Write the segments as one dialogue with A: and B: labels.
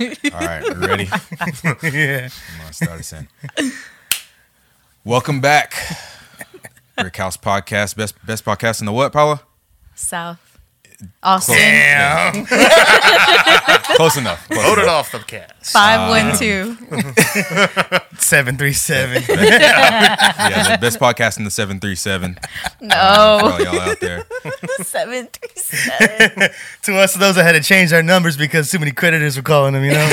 A: All right, we ready? I'm
B: yeah.
A: gonna start us in. Welcome back, Brick House Podcast, best best podcast in the what, Paula?
C: South. Austin.
B: Damn.
A: Close enough. Close
D: Loaded
A: enough.
D: off the cast.
C: 512.
B: 737.
A: Yeah, the best podcast in the seven three seven. For all
C: no.
A: y'all out there.
C: 737.
B: to us, those that had to change our numbers because too many creditors were calling them, you know?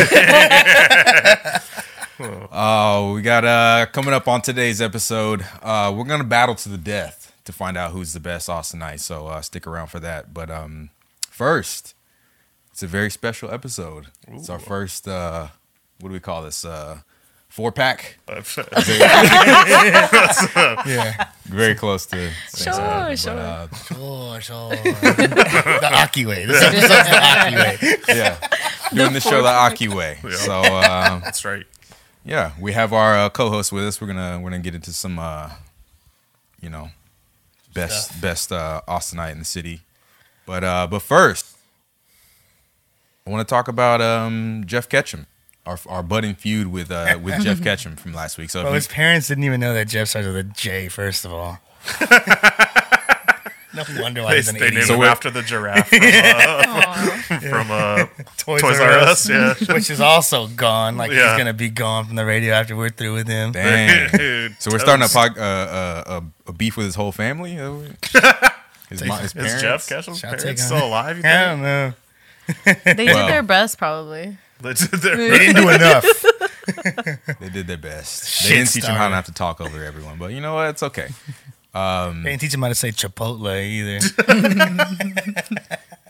A: Oh, we got uh coming up on today's episode. Uh, we're gonna battle to the death to find out who's the best Austinite. So uh, stick around for that. But um, first, it's a very special episode. It's our first. Uh, what do we call this? Uh, four pack.
B: yeah.
A: Very close to.
C: Sure, sure.
B: Sure, sure. the Aki way. This episode's the Aki way.
A: yeah, doing the show the Aki way. So uh,
D: That's right.
A: yeah, we have our uh, co-host with us. We're gonna we're gonna get into some, uh, you know, best best uh, Austinite in the city. But uh, but first, I want to talk about um, Jeff Ketchum, our our budding feud with uh, with Jeff Ketchum from last week. So if
B: Well,
A: you-
B: his parents didn't even know that Jeff started with a J, first of all. no wonder why
D: They,
B: he's an
D: they
B: 80s.
D: named
A: So
D: him
A: we're-
D: after the giraffe from, uh, from uh,
B: Toys,
D: Toys R Us. Yeah.
B: Which is also gone. Like,
D: Yeah.
B: he's going to be gone from the radio after we're through with him.
A: dang.
D: Dude,
A: So we're starting a, pod, uh, uh, a, a beef with his whole family. Uh, His, mo- his
D: Is
A: parents.
D: Jeff Keshel's
B: Shall I take
D: parents
B: on
D: still
B: it?
D: alive? You
B: I don't
D: think?
B: know.
C: They
A: Wow.
C: did their best, probably.
B: They didn't do enough.
A: They did their best. they
B: Shit
A: didn't teach him how
B: starter.
A: not to talk over everyone, but you know what? It's okay.
B: They didn't teach him how to say Chipotle either.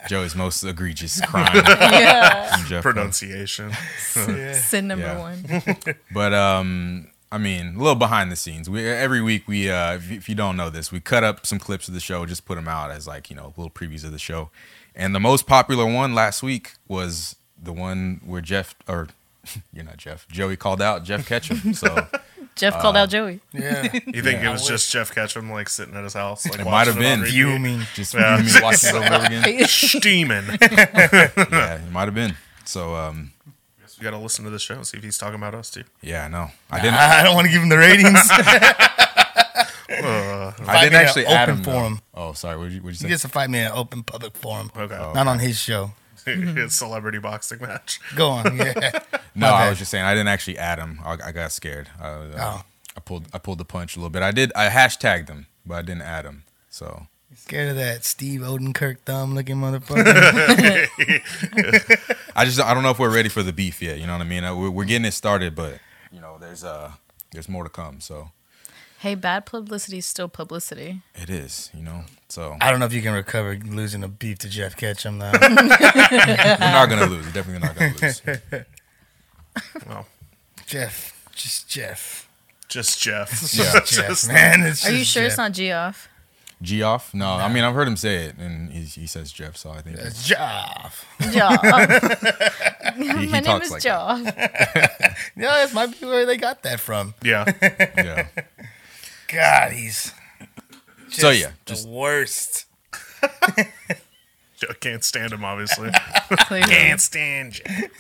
A: Joe's most egregious crime.
C: Yeah.
A: from Jeff
D: pronunciation.
C: Sin number
A: Yeah.
C: one.
A: But um, I mean, a little behind the scenes. We every week we, uh, if, you- if you don't know this, we cut up some clips of the show, just put them out as like you know little previews of the show. And the most popular one last week was the one where Jeff or you're not Jeff, Joey called out Jeff Ketchum. So
C: Jeff called
A: Uh,
C: out Joey.
B: Yeah.
D: You think
A: Yeah.
D: it was just Jeff Ketchum like sitting at his house? Like,
A: It might have
D: watching on
A: been.
D: repeat?
B: Fuming.
A: just
D: Yeah.
A: you mean watch this over again?
D: steaming.
A: Yeah, it might have been. So um,
D: you got to listen to the show and see if he's talking about us too.
A: yeah, I know. I didn't.
B: I don't want to give him the ratings.
D: Uh,
A: I didn't
B: Fight me in
A: actually
B: an
A: add
B: open
A: him.
B: forum.
A: though. Oh, sorry. What did you, what'd
B: He
A: you say?
B: gets to fight me in an open public forum,
D: okay,
A: Oh,
B: not on his show.
A: Mm-hmm.
D: it's celebrity boxing match.
B: Go on. Yeah.
A: No,
B: My
A: I
B: bad.
A: was just saying I didn't actually add him. I, I got scared. I, uh,
B: Oh.
A: I pulled I pulled the punch a little bit. I did I hashtagged him, but I didn't add him. So
B: Scared of that Steve Odenkirk thumb looking motherfucker.
A: I just I don't know if we're ready for the beef yet. You know what I mean? Uh, We're, we're getting it started, but you know there's uh there's more to come. So
C: Hey, bad publicity is still publicity.
A: it is. You know. So
B: I don't know if you can recover losing a beef to Jeff Ketchum though.
A: we're not gonna lose. We're Definitely not gonna lose.
D: Well,
B: Jeff, just Jeff.
D: just Jeff.
A: Yeah.
B: Jeff,
D: Just-
B: man. It's
C: Are you
B: just
C: sure it's
B: Jeff.
C: not Geoff?
A: Geoff? No, I mean I've heard him say it, and he, he says Jeff. So I think he,
B: It's Jeff.
C: Geoff.
A: he
C: Oh, My name
A: talks
C: is
A: like that.
C: Geoff.
B: Yeah, that's might be where they got that from.
D: Yeah.
A: Yeah.
B: God, he's just
A: So, yeah, just-
B: the worst.
D: I can't stand him, obviously.
C: Clearly.
D: stand you.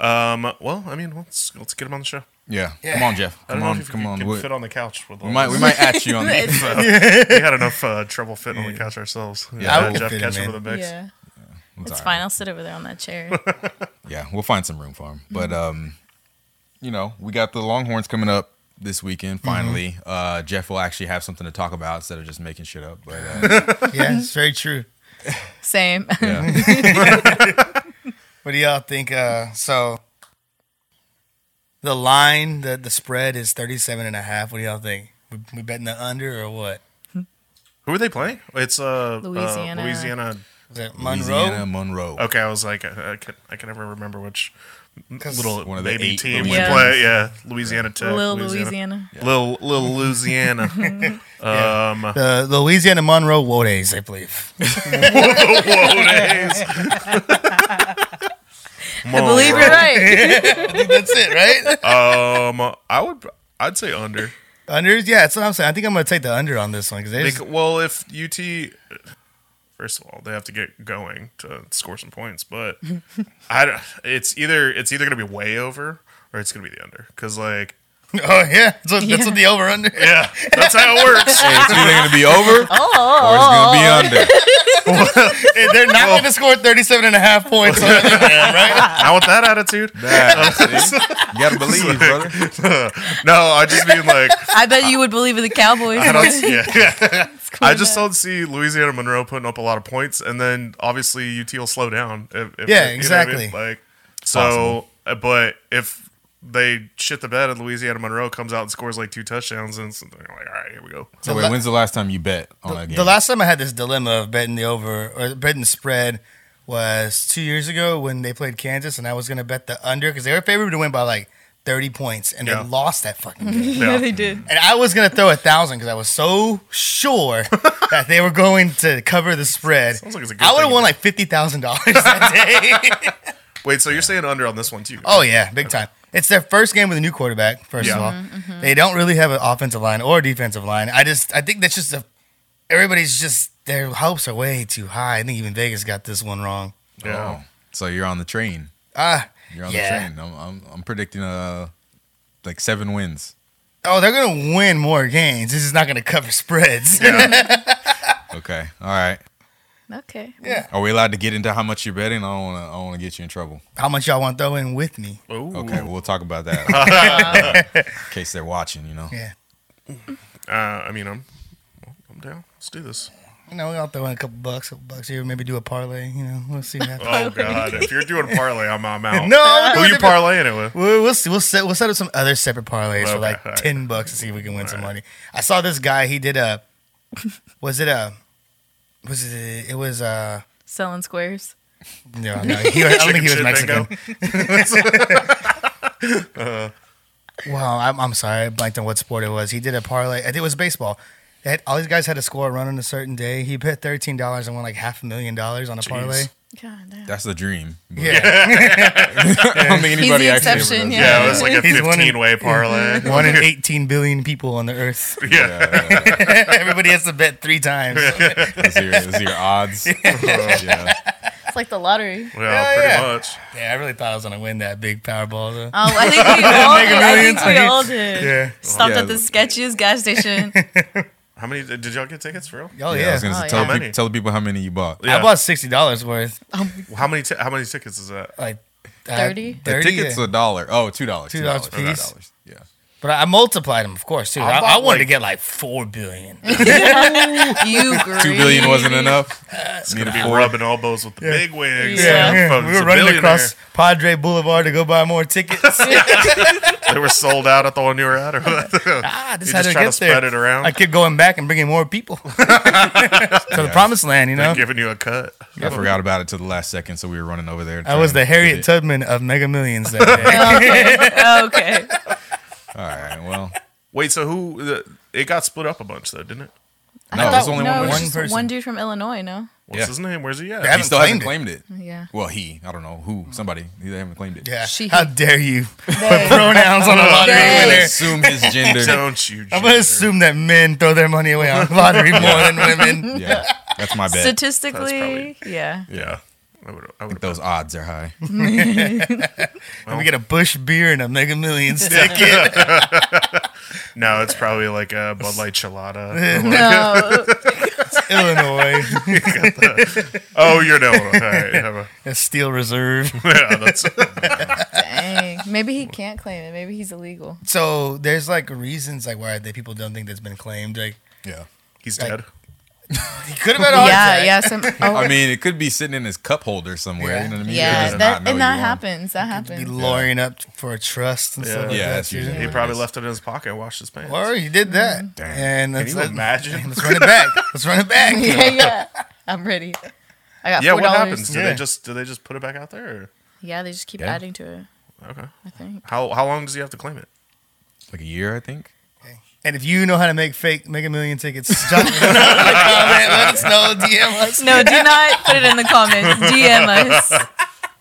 D: Um, well, I mean, let's let's get him on the show.
A: yeah,
B: Yeah.
A: Come on, Jeff.
D: I
A: Come
D: don't know
A: on,
D: if
A: come
D: you
A: on.
D: can
A: We,
D: fit on the couch with
A: we might we might at you on that.
C: It's-
D: we had enough uh, trouble fitting on the couch ourselves.
A: Yeah.
D: Yeah,
B: I
D: Jeff
B: would fit him
D: Ketchum
B: in.
D: with a mix.
C: yeah.
A: It's
C: It's
A: all right.
C: fine. I'll sit over there on that chair.
A: Yeah, we'll find some room for him. But um, you know, we got the Longhorns coming up this weekend. Finally, uh, Jeff will actually have something to talk about instead of just making shit up. But uh,
B: Yeah, it's very true.
C: Same.
A: yeah,
B: What do y'all think? Uh, so the line, the the spread is 37 and a half. What do y'all think? We, we betting the under or what?
D: Who are they playing? It's uh,
C: Louisiana.
D: Louisiana. Uh, Louisiana.
B: Was it
A: Louisiana
B: Monroe?
A: Monroe.
D: Okay, I was like, I, I can I can never remember which
B: 'Cause-
D: little
A: One of the
D: baby
A: eight
D: team
C: Louisiana-
D: we play. Yeah, Louisiana Tech.
C: Little Louisiana.
D: Little little Louisiana. um,
B: The Louisiana Monroe Wodays, I believe.
A: Oh,
C: I believe you're right.
B: That's it, right?
D: Um, I would I'd say under.
B: Unders, yeah, that's what I'm saying. I think I'm gonna take the under on this one because
D: Bec- well, if UT First of all, they have to get going to score some points, but I don't, it's either it's either going to be way over or it's going to be the under because like
B: Oh yeah, that's what, that's what the over under.
D: yeah, that's how it works.
A: Hey, it's either gonna be over or it's
C: Oh,
A: gonna be under.
B: They're not going to score 37 and a half points. on it, right?
D: I want that attitude.
A: Nah, see? You gotta believe, brother.
D: No, I just mean like
C: I bet you would believe in the Cowboys.
D: I don't. Yeah, I just
C: that.
D: don't see Louisiana Monroe putting up a lot of points, and then obviously UT will slow down. If, if-
B: Yeah,
D: you know what I mean?
B: exactly.
D: Like so, uh, but if they shit the bed and Louisiana Monroe comes out and scores like two touchdowns, and it's like, all right, here we go.
A: So
B: The
A: wait,
B: la-
A: when's the last time you bet on a game?
B: The last time I had this dilemma of betting the over or betting the spread was two years ago when they played Kansas, and I was going to bet the under because they were favored to win by like 30 points, and
D: Yeah.
B: they lost that fucking game.
C: yeah,
D: Yeah.
C: they did.
B: And I was gonna throw a thousand because I was so sure that they were going to cover the spread.
D: Sounds like it's a good
B: I would have
D: thing.
B: won like fifty thousand dollars that day.
D: Wait, so you're saying under on this one too?
B: oh yeah, big time. It's their first game with a new quarterback. First of
D: Yeah.
B: all, they don't really have an offensive line or defensive line. I just I think that's just a, everybody's just their hopes are way too high. I think even Vegas got this one wrong.
D: yeah.
A: Oh, so you're on the train.
B: Ah,
A: You're on
B: Yeah.
A: the train. I'm, I'm, I'm predicting uh like seven wins.
B: oh, they're gonna win more games. This is not gonna cover spreads.
A: Okay, all right.
C: Okay.
B: yeah.
A: Are we allowed to get into how much you're betting? I don't want to. I don't want to get you in trouble.
B: How much y'all want to throw in with me?
D: Ooh.
A: Okay, we'll talk about that in case they're watching. You know.
B: Yeah.
D: Uh, I mean, I'm I'm down. Let's do this.
B: You know, I'll throw in a couple bucks, couple bucks here, maybe do a parlay. You know, we'll see. What happens.
D: Oh God! If you're doing parlay, I'm, I'm out.
B: no, I'm
D: who
B: doing
D: you
B: it-
D: parlaying it with?
B: We'll, we'll see. We'll set. We'll set up some other separate parlays for
D: Okay,
B: like
D: all right.
B: ten bucks to see if we can win some money. I saw this guy. He did a. Was it a? Was it? It was a.
C: Selling squares.
B: No, no. He, I don't think he was
D: Chicken shit
B: Mexican.
D: bingo.
B: Well, I'm, I'm sorry. I blanked on what sport it was. He did a parlay. I think it was baseball. They had, all these guys had to score a run on a certain day. He bet thirteen dollars and won like half a million dollars on a parlay.
C: God damn.
A: That's the dream. but
B: Yeah,
A: I don't think
C: He's
A: anybody actually.
C: the
A: ever
C: exception.
A: does
D: Yeah,
C: Yeah.
D: it was like a
B: He's one in-
D: 15 way parlay.
B: one in eighteen billion people on the earth.
D: Yeah.
A: that. Yeah, yeah,
B: Everybody has to bet three times.
A: yeah. Those are your- those are your odds. yeah.
C: It's like the lottery.
D: Well,
B: Yeah,
D: pretty
B: yeah.
D: much.
B: Yeah, I really thought I was gonna win that big Powerball though.
C: Oh, I think we all
B: Mega
C: did. I think
B: Millions,
C: we
B: I
C: all did.
B: Yeah.
C: Stopped
A: Yeah.
C: at the sketchiest gas station.
D: How many did y'all get tickets for real?
A: Yeah,
B: Oh
A: I
B: yeah.
A: was gonna
C: Oh,
A: say,
C: yeah.
A: tell,
D: How
A: the
D: many?
A: people, tell the people how many you bought.
D: Yeah.
B: I bought sixty dollars worth.
D: How many ti- how many tickets is that?
B: Like I-
C: 30? The
A: The
B: 30,
A: tickets
B: yeah.
A: a dollar. Oh, two dollars.
B: Two dollars piece.
A: $2. Yeah.
B: But I multiplied them, of course, too. I, I
D: bought,
B: wanted
D: like-
B: to get like four billion.
C: you greedy.
A: Two billion wasn't enough. Need
D: Gonna
A: a
D: be
A: four.
D: rubbing elbows with the big wigs.
C: Yeah.
D: Folks,
B: we were
D: a
B: running
D: billionaire.
B: across Padre Boulevard to go buy more tickets.
D: They were sold out at the one you were at, or what?
B: I decided
D: you just
B: to
D: trying
B: get
D: to spread
B: there.
D: it around.
B: I kept going back and bringing more people to the promised land. You know,
D: They're giving you a cut.
A: I forgot about it to the last second, so we were running over there.
B: I was the Harriet
A: Tubman.
B: Tubman of Mega Millions that
C: okay.
A: All right. Well,
D: Wait, so who? The, it got split up a bunch though, didn't it?
A: no, it
C: Thought-
A: was only
C: no,
A: one. winner.
C: it was
B: One
C: just
B: person.
C: one dude from Illinois, no?
D: What's
A: Yeah.
D: his name? Where's he at?
B: They haven't
A: He still hasn't
B: claimed
A: claimed it.
C: Yeah.
A: Well, he. I don't know who. Somebody. They haven't claimed it.
B: day. Yeah.
C: She-
B: How dare you put pronouns on a lottery
C: They-
A: I
B: winner?
A: assume his gender.
D: Don't you?
B: I'm gonna
D: Jeter.
B: assume that men throw their money away on lottery more than women.
A: yeah. That's my bet.
C: Statistically, yeah.
D: Yeah. I would. I would.
A: Those odds are high.
B: And we get a Bush beer and a Mega Millions ticket.
D: No, it's probably like a Bud Light Chelada.
C: No,
B: Illinois,
D: oh, you're no. All right. Have a-
B: a Steel Reserve.
D: yeah, that's.
C: dang. Maybe he can't claim it. Maybe he's illegal.
B: So there's like reasons like why that people don't think that's been claimed. Like
A: Yeah.
D: He's dead.
B: he could have had a heart
C: yeah,
B: attack.
C: yeah. Some, oh,
A: I mean, it could be sitting in his cup holder somewhere.
B: Yeah.
A: You know what I mean? You
C: yeah,
A: just
C: that,
A: not know
C: and that
A: you want it.
C: happens. That
B: Be
C: happens.
B: lawyering up for a trust and
D: Yeah.
B: stuff like
A: Yeah,
B: that.
A: that's
B: too.
A: usually
D: He
A: what
D: probably
A: is.
D: left it in his pocket and washed his pants.
B: Or he did that.
A: Damn.
B: And
D: Can
B: let's,
D: you
B: let,
D: imagine?
B: let's run it back. Let's run it back.
C: yeah, yeah. I'm ready. I got
D: Yeah,
C: four
D: what
C: dollars.
D: happens? Do
B: Yeah.
D: they just do they just put it back out there?
C: Yeah, they just keep
A: Yeah.
C: adding to it.
D: Or? Okay.
C: I think.
D: How how long does he have to claim it?
A: Like a year, I think.
B: And if you know how to make fake Mega Million tickets, drop it in the comment. Let us know. DM us.
C: No, do not put it in the comments. DM us.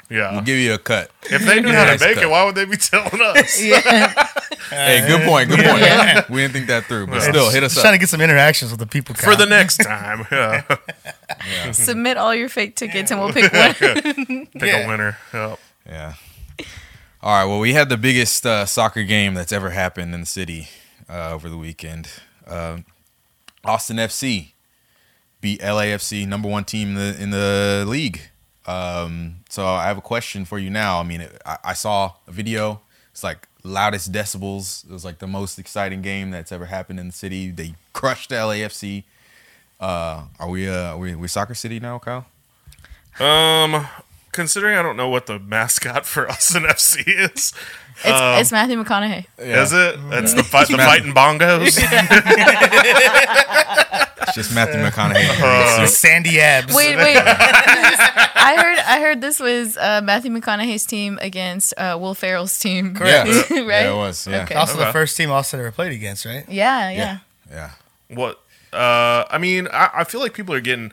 D: Yeah.
A: We'll give you a cut.
D: if they knew how
A: Nice
D: to make
A: cut.
D: it, why would they be telling us?
C: Yeah.
A: Hey, good point. Good point. We didn't think that through, but still, hit us
B: Just trying to
A: up.
B: get some interactions with the people.
D: For
B: Kyle.
D: the next time, yeah.
C: Submit all your fake tickets and we'll pick one.
D: pick
B: Yeah.
D: a winner. Yeah.
A: Yeah. All right. Well, we had the biggest uh, soccer game that's ever happened in the city uh, over the weekend. Um Austin FC beat LAFC, number one team in the, in the league. Um, so I have a question for you now. I mean, it, I, I saw a video. It's like loudest decibels. It was like the most exciting game that's ever happened in the city. They crushed LAFC. Uh, are we uh, are we, we soccer city now, Kyle?
D: Um, considering I don't know what the mascot for Austin FC is,
C: It's, it's Matthew McConaughey.
D: is it? That's the fight, the fighting bongos.
A: It's just Matthew McConaughey.
D: Uh,
B: The Sandy Abs.
C: Wait, wait. I heard I heard this was uh, Matthew McConaughey's team against uh, Will Ferrell's team.
A: Yeah.
C: right?
A: Yeah, it was. Yeah.
C: Okay.
B: Also, the
D: Okay.
B: first team Austin ever played against, right?
C: Yeah, yeah.
A: Yeah. Yeah.
D: what uh i mean I, I feel like people are getting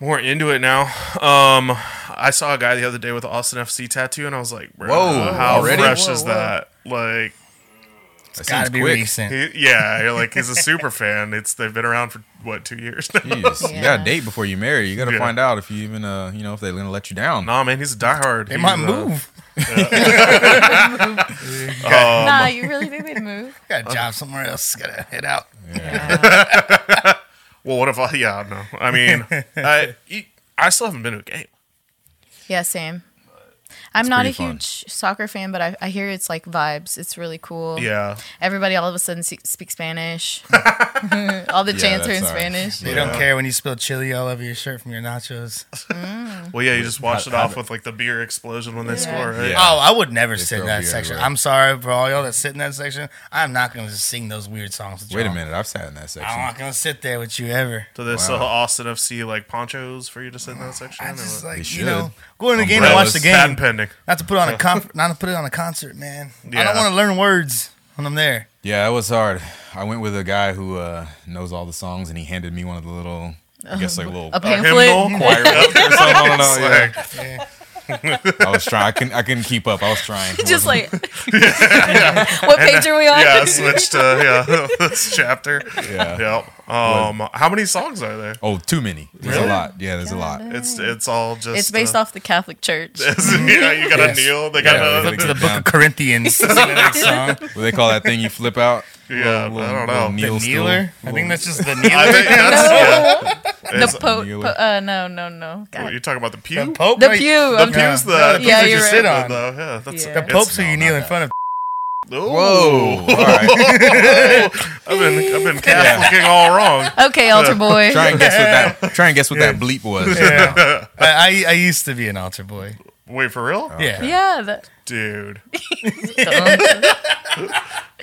D: more into it now um i saw a guy the other day with an austin fc tattoo and i was like bro
A: Whoa,
D: how
A: already?
D: fresh is
C: Whoa, whoa.
D: that like
A: That
B: Gotta
A: seems
B: be
A: quick.
B: recent.
D: he, yeah you're like he's a super fan it's they've been around for what two years now
A: Jeez, You
C: Yeah.
A: got to date before you marry. You got to
D: Yeah.
A: find out if you even, uh, you know, if they're going to let you down.
D: nah man he's a diehard
B: They
D: He's,
B: might
D: uh,
B: move.
C: Nah, you really think they'd move?
A: uh,
B: Got a job somewhere else. Gotta head out.
D: well what if i yeah no i mean I, I still haven't been to a game
C: Yeah, same. I'm not a
A: pretty fun.
C: huge soccer fan, but I, I hear it's like vibes. It's really cool.
D: yeah
C: Everybody all of a sudden se- speak Spanish. all the
A: Yeah,
C: chants
A: that's
C: are in
A: all right.
C: Spanish.
B: They don't care when you spill chili all over your shirt from your nachos.
D: well yeah you just washed it off with like the beer explosion when they score right
A: Yeah.
B: Oh, I would never sit
A: throw
B: in that
A: beer
B: section.
A: everywhere.
B: I'm sorry for all y'all that sit in that section. I'm not gonna sing those weird songs. With
A: Wait a
B: y'all.
A: minute. I've sat in that
B: I'm
A: section.
B: not gonna sit there with you ever.
D: so there's
A: Wow.
D: still uh, Austin FC like ponchos for you to sit in that section.
B: I
D: or
B: just
D: what?
B: like
A: They
B: you know,
A: should.
B: go in the game and watch the
A: Umbrellas.
B: game.
D: Patent pending.
B: Not to put on a conf- not to put it on a concert, man. I
D: Yeah.
B: don't want to learn words when I'm there.
A: Yeah, it was hard. I went with a guy who uh, knows all the songs, and he handed me one of the little, I guess, like little.
C: A
A: I
C: pamphlet.
D: hymnal, choir
A: don't know,
D: It's
A: yeah.
D: like,
A: I was trying. I couldn't. I couldn't keep up. I was trying. It
C: Just
A: wasn't-
C: like what page are we on?
D: yeah, I switched to yeah this chapter.
A: Yeah.
D: Yep. Um, how many songs are there?
A: Oh, too many. There's
D: Really?
A: a lot. Yeah, there's a lot.
D: It's it's all just.
C: It's based
D: uh,
C: off the Catholic Church.
D: yeah, you gotta
B: Yes.
D: kneel. They
A: Yeah, we
D: gotta. Yeah,
A: gotta
B: The
A: get
B: Book
A: down.
B: of Corinthians. Isn't that a song?
A: What they call that thing you flip out?
D: I don't
A: Little
D: know.
A: kneel
B: The
A: stool.
B: kneeler. I think that's just the kneeler.
D: I think that's yeah.
C: the
D: It's-
C: po-
A: Mueller.
C: po- uh, no, no, no. God.
D: you're talking about the pew.
B: The Pope.
C: The
B: right?
C: pew.
D: The
C: I'm trying-
D: pew's the
C: Yeah,
B: the pews that you
C: you're
B: sit
C: right.
B: on.
D: though. Yeah, that's
C: Yeah.
B: The popes who
A: no,
B: you kneel
A: not
B: in front of.
D: Ooh.
A: Whoa! All right.
D: I've been I've been Catholicing all wrong.
C: Okay, altar boy.
A: Try and guess what that. Try and guess what that bleep was.
B: Yeah. I, I I used to be an altar boy.
D: Wait for real,
B: Yeah.
C: yeah, the,
D: dude.
C: the-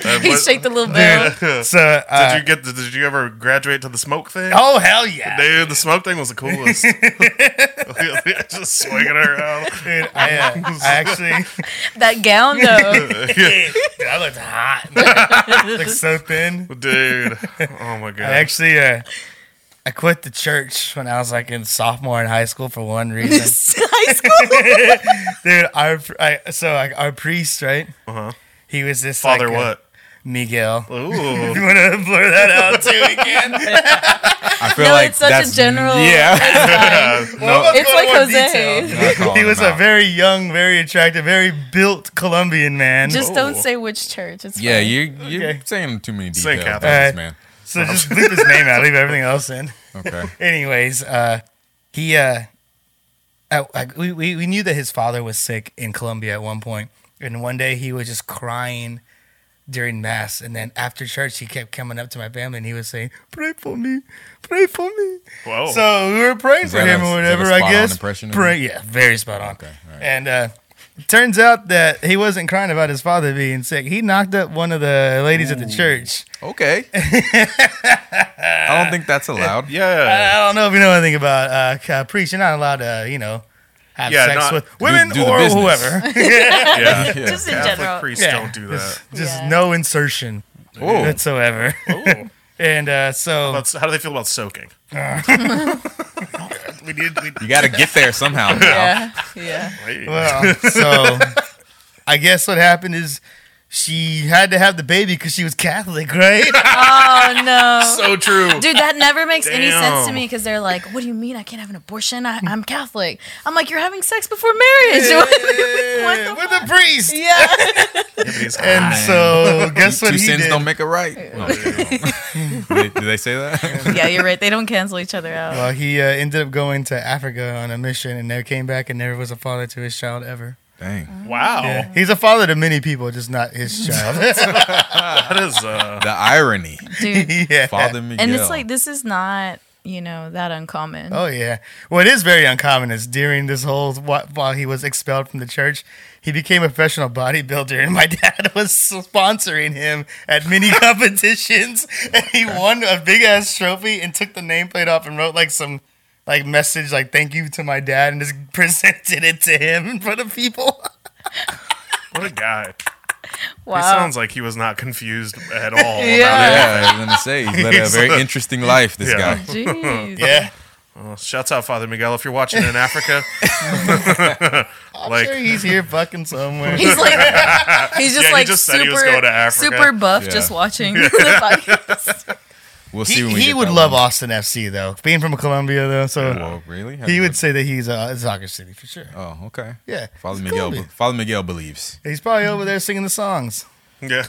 D: Uh,
C: he
D: what-
C: shake the little bell.
B: So uh,
D: Did you get? the- Did you ever graduate to the smoke thing?
B: Oh hell yeah!
D: Dude, the smoke thing was the coolest. Just swinging her around.
B: Dude, I, uh, I actually,
C: That gown though.
B: dude, I looked hot. man. looked so thin.
D: Dude. Oh my god.
B: I actually, uh, I quit the church when I was like in sophomore in high school for one reason.
C: High school.
B: dude, our I, so like our priest, right?
D: Uh-huh.
B: He was this
D: Father
B: like, uh,
D: what?
B: Miguel. You
D: Ooh.
B: want to blur that out too again?
A: I feel
C: No,
A: like
C: it's such
A: that's
C: a general.
A: Yeah.
C: It's, fine.
B: Well,
C: It's
B: go
C: like
B: into more
C: Jose.
B: detail.
A: Not calling
B: He was
A: him
B: a
A: out.
B: very young, very attractive, very built Colombian man.
C: Just don't
D: Oh.
C: say which church. It's
A: Yeah,
C: fine.
A: you you're
B: Okay.
A: saying too many
D: Say
A: details, about
D: Catholic.
A: this
B: Alright.
A: man.
B: so just leave his name out. Leave everything else in.
A: Okay.
B: anyways, uh, he uh, at, like, we, we we knew that his father was sick in Colombia at one point, and one day he was just crying during mass, and then after church he kept coming up to my family and he was saying, "Pray for me, pray for me."
D: Whoa.
B: So we were praying
A: Oh. Is
B: for
A: that
B: him
A: a-
B: or
A: is that a
B: whatever. I
A: spot on
B: guess.
A: impression of
B: Pray, yeah, very spot on.
A: Okay, all right.
B: And uh, turns out that he wasn't crying about his father being sick. He knocked up one of the ladies at the church.
A: Okay. I don't think that's allowed.
D: yeah.
B: I don't know if you know anything about uh, ca- priests. You're not allowed to, you know, have
D: Yeah,
B: sex
D: not-
B: with women
A: do the
B: or
A: business.
B: whoever.
D: yeah.
A: Yeah.
C: Just in
D: Catholic
C: general.
D: priests
B: Yeah.
D: don't do that.
B: Just
C: Yeah.
B: no insertion
A: Whoa.
B: whatsoever.
A: Oh.
D: Ooh.
B: and uh, so, Uh.
D: That's, how do they feel about soaking?
B: we did. We,
A: You got to get there somehow.
C: Yeah, yeah.
B: well, uh, so I guess what happened is she had to have the baby because she was Catholic, right?
C: Oh no,
D: so true.
C: dude, that never makes any sense to
D: Damn.
C: me because they're like, "What do you mean I can't have an abortion? I, I'm Catholic." I'm like, "You're having sex before marriage."
B: Yeah,
C: what the
B: with a priest.
C: yeah.
D: He's
B: And
D: high.
B: so guess what
A: Two
B: he
A: sins
B: did?
A: don't make a right. No, did, did they say that?
C: yeah, you're right. They don't cancel each other out.
B: well, he uh, ended up going to Africa on a mission and never came back and never was a father to his child ever.
A: Dang.
D: wow,
B: Yeah. He's a father to many people, just not his child.
D: that is uh,
A: The irony.
C: Dude,
B: yeah.
A: Father Miguel.
C: and it's like this is not you know that uncommon
B: Oh yeah. What is very uncommon is during this whole wh- while he was expelled from the church, he became a professional bodybuilder, and my dad was sponsoring him at many competitions, and he won a big ass trophy and took the nameplate off and wrote like some like message like thank you to my dad and just presented it to him in front of people.
D: what a guy.
C: wow
D: He sounds like he was not confused at all.
C: Yeah.
A: yeah, I was gonna say he's led a very interesting life. This
D: Yeah.
A: guy.
C: Jeez.
B: Yeah.
D: About, well, shouts out, Father Miguel, if you're watching in Africa.
B: I'm
D: Like-
B: sure he's here fucking somewhere.
C: he's like he's just
D: Yeah, he
C: like
D: just
C: super
D: said he was going to Africa.
C: super buff
A: Yeah.
C: just watching the podcast
A: We'll see.
B: He,
A: when we
B: he
A: get
B: would
A: that
B: love
A: one.
B: Austin FC though, being from Colombia though. So
A: Whoa, really?
B: he would say that he's a uh, soccer city for sure.
A: Oh, okay.
B: Yeah,
A: Father
B: it's
A: Miguel.
B: Colombia.
A: Father Miguel believes.
B: He's probably over there singing the songs.
D: yeah.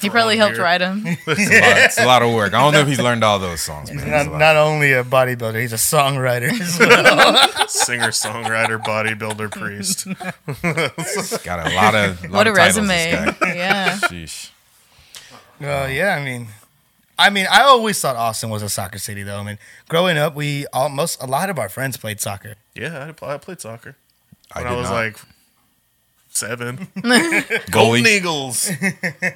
C: he probably helped
D: here.
C: write him
A: It's a, lot, it's a lot of work. I don't know if he's learned all those songs, man. It's a
B: Not,
A: lot.
B: not only a bodybuilder, he's a songwriter. as well.
D: Singer, songwriter, bodybuilder, priest.
A: Got a lot of. Lot
C: what a
A: of titles, this
C: resume
A: guy.
C: yeah
A: Sheesh.
B: Well, yeah, I mean, I mean, I always thought Austin was a soccer city, though. I mean, growing up, we almost a lot of our friends played soccer.
D: Yeah, I, pl- I played soccer
A: I,
D: when
A: did
D: I, was
A: not.
D: like seven. Golden
A: goalie.
D: Eagles.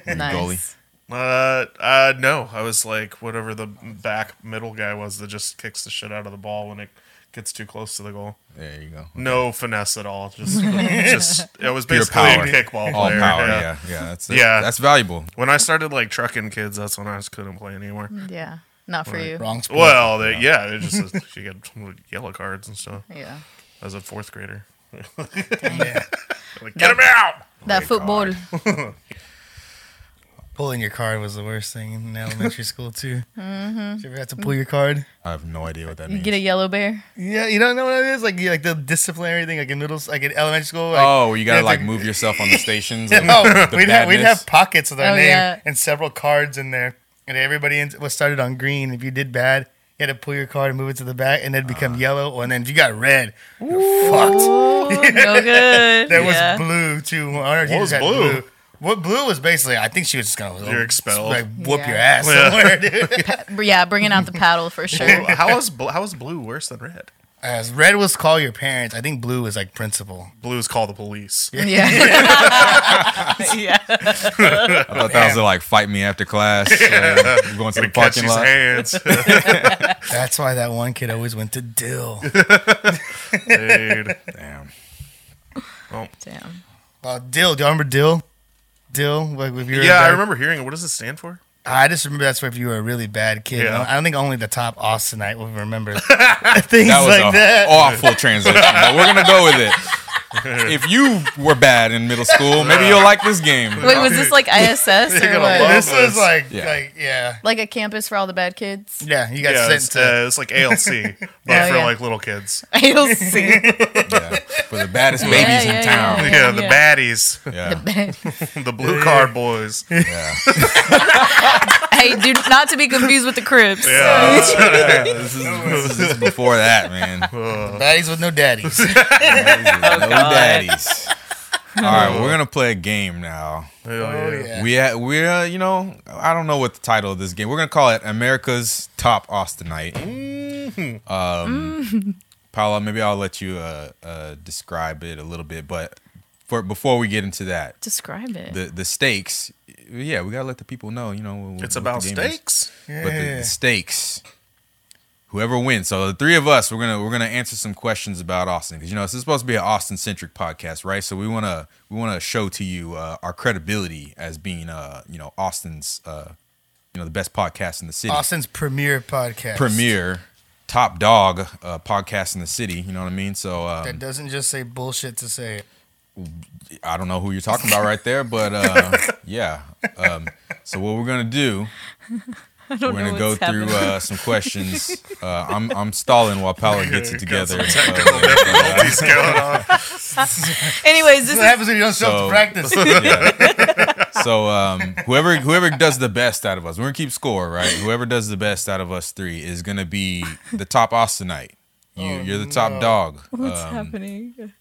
C: nice
A: goalie.
D: Uh, uh, no, I was like whatever the back middle guy was that just kicks the shit out of the ball when it gets too close to the goal.
A: There you go.
D: No finesse at all. Just, just it was
A: Pure
D: basically
A: power.
D: a kickball
A: All
D: player.
A: power.
D: yeah.
A: Yeah. Yeah. That's
D: Yeah.
A: That's valuable.
D: When I started like trucking kids, that's when I just couldn't play anymore.
C: yeah not for you
B: Wrong sport.
D: Well, they, yeah, it just she got yellow cards and stuff
C: yeah
A: Oh
D: as a fourth grader.
B: Yeah.
D: Like, get him out.
C: that football
B: Pulling your card was the worst thing in elementary school too. Did you ever have to pull your card?
A: I have no idea what that
C: you
A: means.
C: get a yellow bear
B: Yeah, you don't know what it is. Like, you- like the disciplinary thing, like in middle, like in elementary school. Like,
A: oh, you gotta
B: have
A: like
B: to-
A: move yourself on the stations. and
B: no,
A: the
B: Oh, we'd have, we'd
A: badness.
B: have pockets with our
C: Oh,
B: name
C: yeah.
B: and several cards in there, and everybody in, was started on green. If you did bad, you had to pull your card and move it to the back, and it'd
D: Ah.
B: become yellow. And then if you got red, you're fucked.
C: Ooh, no good
B: There was
C: yeah.
B: blue too. I don't know if you just
D: What was
B: had
D: blue?
B: What blue was basically? I think she was just gonna
D: You're expelled.
B: like whoop
C: Yeah.
B: your ass
D: Yeah.
B: somewhere, dude.
C: yeah bringing out the paddle for sure
D: How is bl- how is blue worse than red?
B: As red was call your parents. I think blue was like principal.
D: Blue is call the police.
C: yeah yeah
A: I thought that was to, like fight me after class. uh, you going to the
D: Catch
A: parking
D: his
A: lot.
D: hands,
B: That's why that one kid always went to Dill.
D: dude.
A: Damn.
C: damn
B: Uh, Dill, do you remember Dill? Dill, like if you're
D: Yeah, I
B: back-
D: remember hearing it. What does it stand for?
B: I just remember that's where if you were a really bad kid.
D: Yeah.
B: I don't think only the top Austinite will remember things
A: That was
B: like
A: an
B: that.
A: awful transition, but we're gonna go with it. If you were bad in middle school, maybe you'll like this game.
C: wait was this like ISS or
D: gonna
C: what
D: love
B: this was
D: this.
B: like,
A: Yeah.
B: like, yeah,
C: like a campus for all the bad kids
B: yeah. You got
D: yeah,
B: sent
D: it's,
B: to.
D: uh, it's like ALC, but
C: Yeah,
D: for
C: Oh, yeah.
D: like little kids.
C: I'll see
A: Yeah, for the baddest babies
C: Yeah,
A: in
C: yeah,
A: town?
D: Yeah, the
C: Oh, yeah.
D: baddies,
A: Yeah.
D: the blue card boys. Yeah,
C: hey, dude, not to be confused with the Crips.
D: Oh,
A: This, is, this is before that, man.
D: Oh, uh,
B: Baddies with no daddies.
A: No daddies. All right, we're gonna play a game now.
D: Hell yeah.
B: Yeah.
A: We ha- we're uh, you know I don't know what the title of this game. We're gonna call it America's Top Austinite. Um,
D: Mm-hmm.
A: Paula, maybe I'll let you uh, uh, describe it a little bit, but for before we get into that,
C: Describe it.
A: the the stakes. Yeah, we gotta let the people know. You know, what- what
D: It's
A: the
D: about
A: game is.
D: stakes.
A: But the,
B: Yeah.
A: the stakes. Whoever wins. So the three of us, we're gonna we're gonna answer some questions about Austin because you know this is supposed to be an Austin centric podcast, right? So we wanna we wanna show to you uh, our credibility as being uh you know Austin's uh you know the best podcast in the city
B: Austin's premier podcast.
A: premiere top dog uh, podcast in the city. You know what I mean? So
B: That
A: um,
B: doesn't just say bullshit to say it.
A: I don't know who you're talking about right there, but uh, yeah. Um, so what we're gonna do?
C: I don't
A: We're
C: know
A: gonna go
C: what's
A: through
C: happening.
A: uh, some questions. Uh, I'm I'm stalling while Paolo gets it
D: Got
A: together.
D: some
A: Uh,
D: technical
A: So,
D: difficulties going on.
C: Anyways, this is
B: What happens when you don't show up to
A: So-
B: practice?
A: yeah. So um, whoever whoever does the best out of us, we're gonna keep score, right? Whoever does the best out of us three is gonna be the top Austinite. You
D: Oh,
A: you're the top dog.
C: what's
A: Um,
C: happening.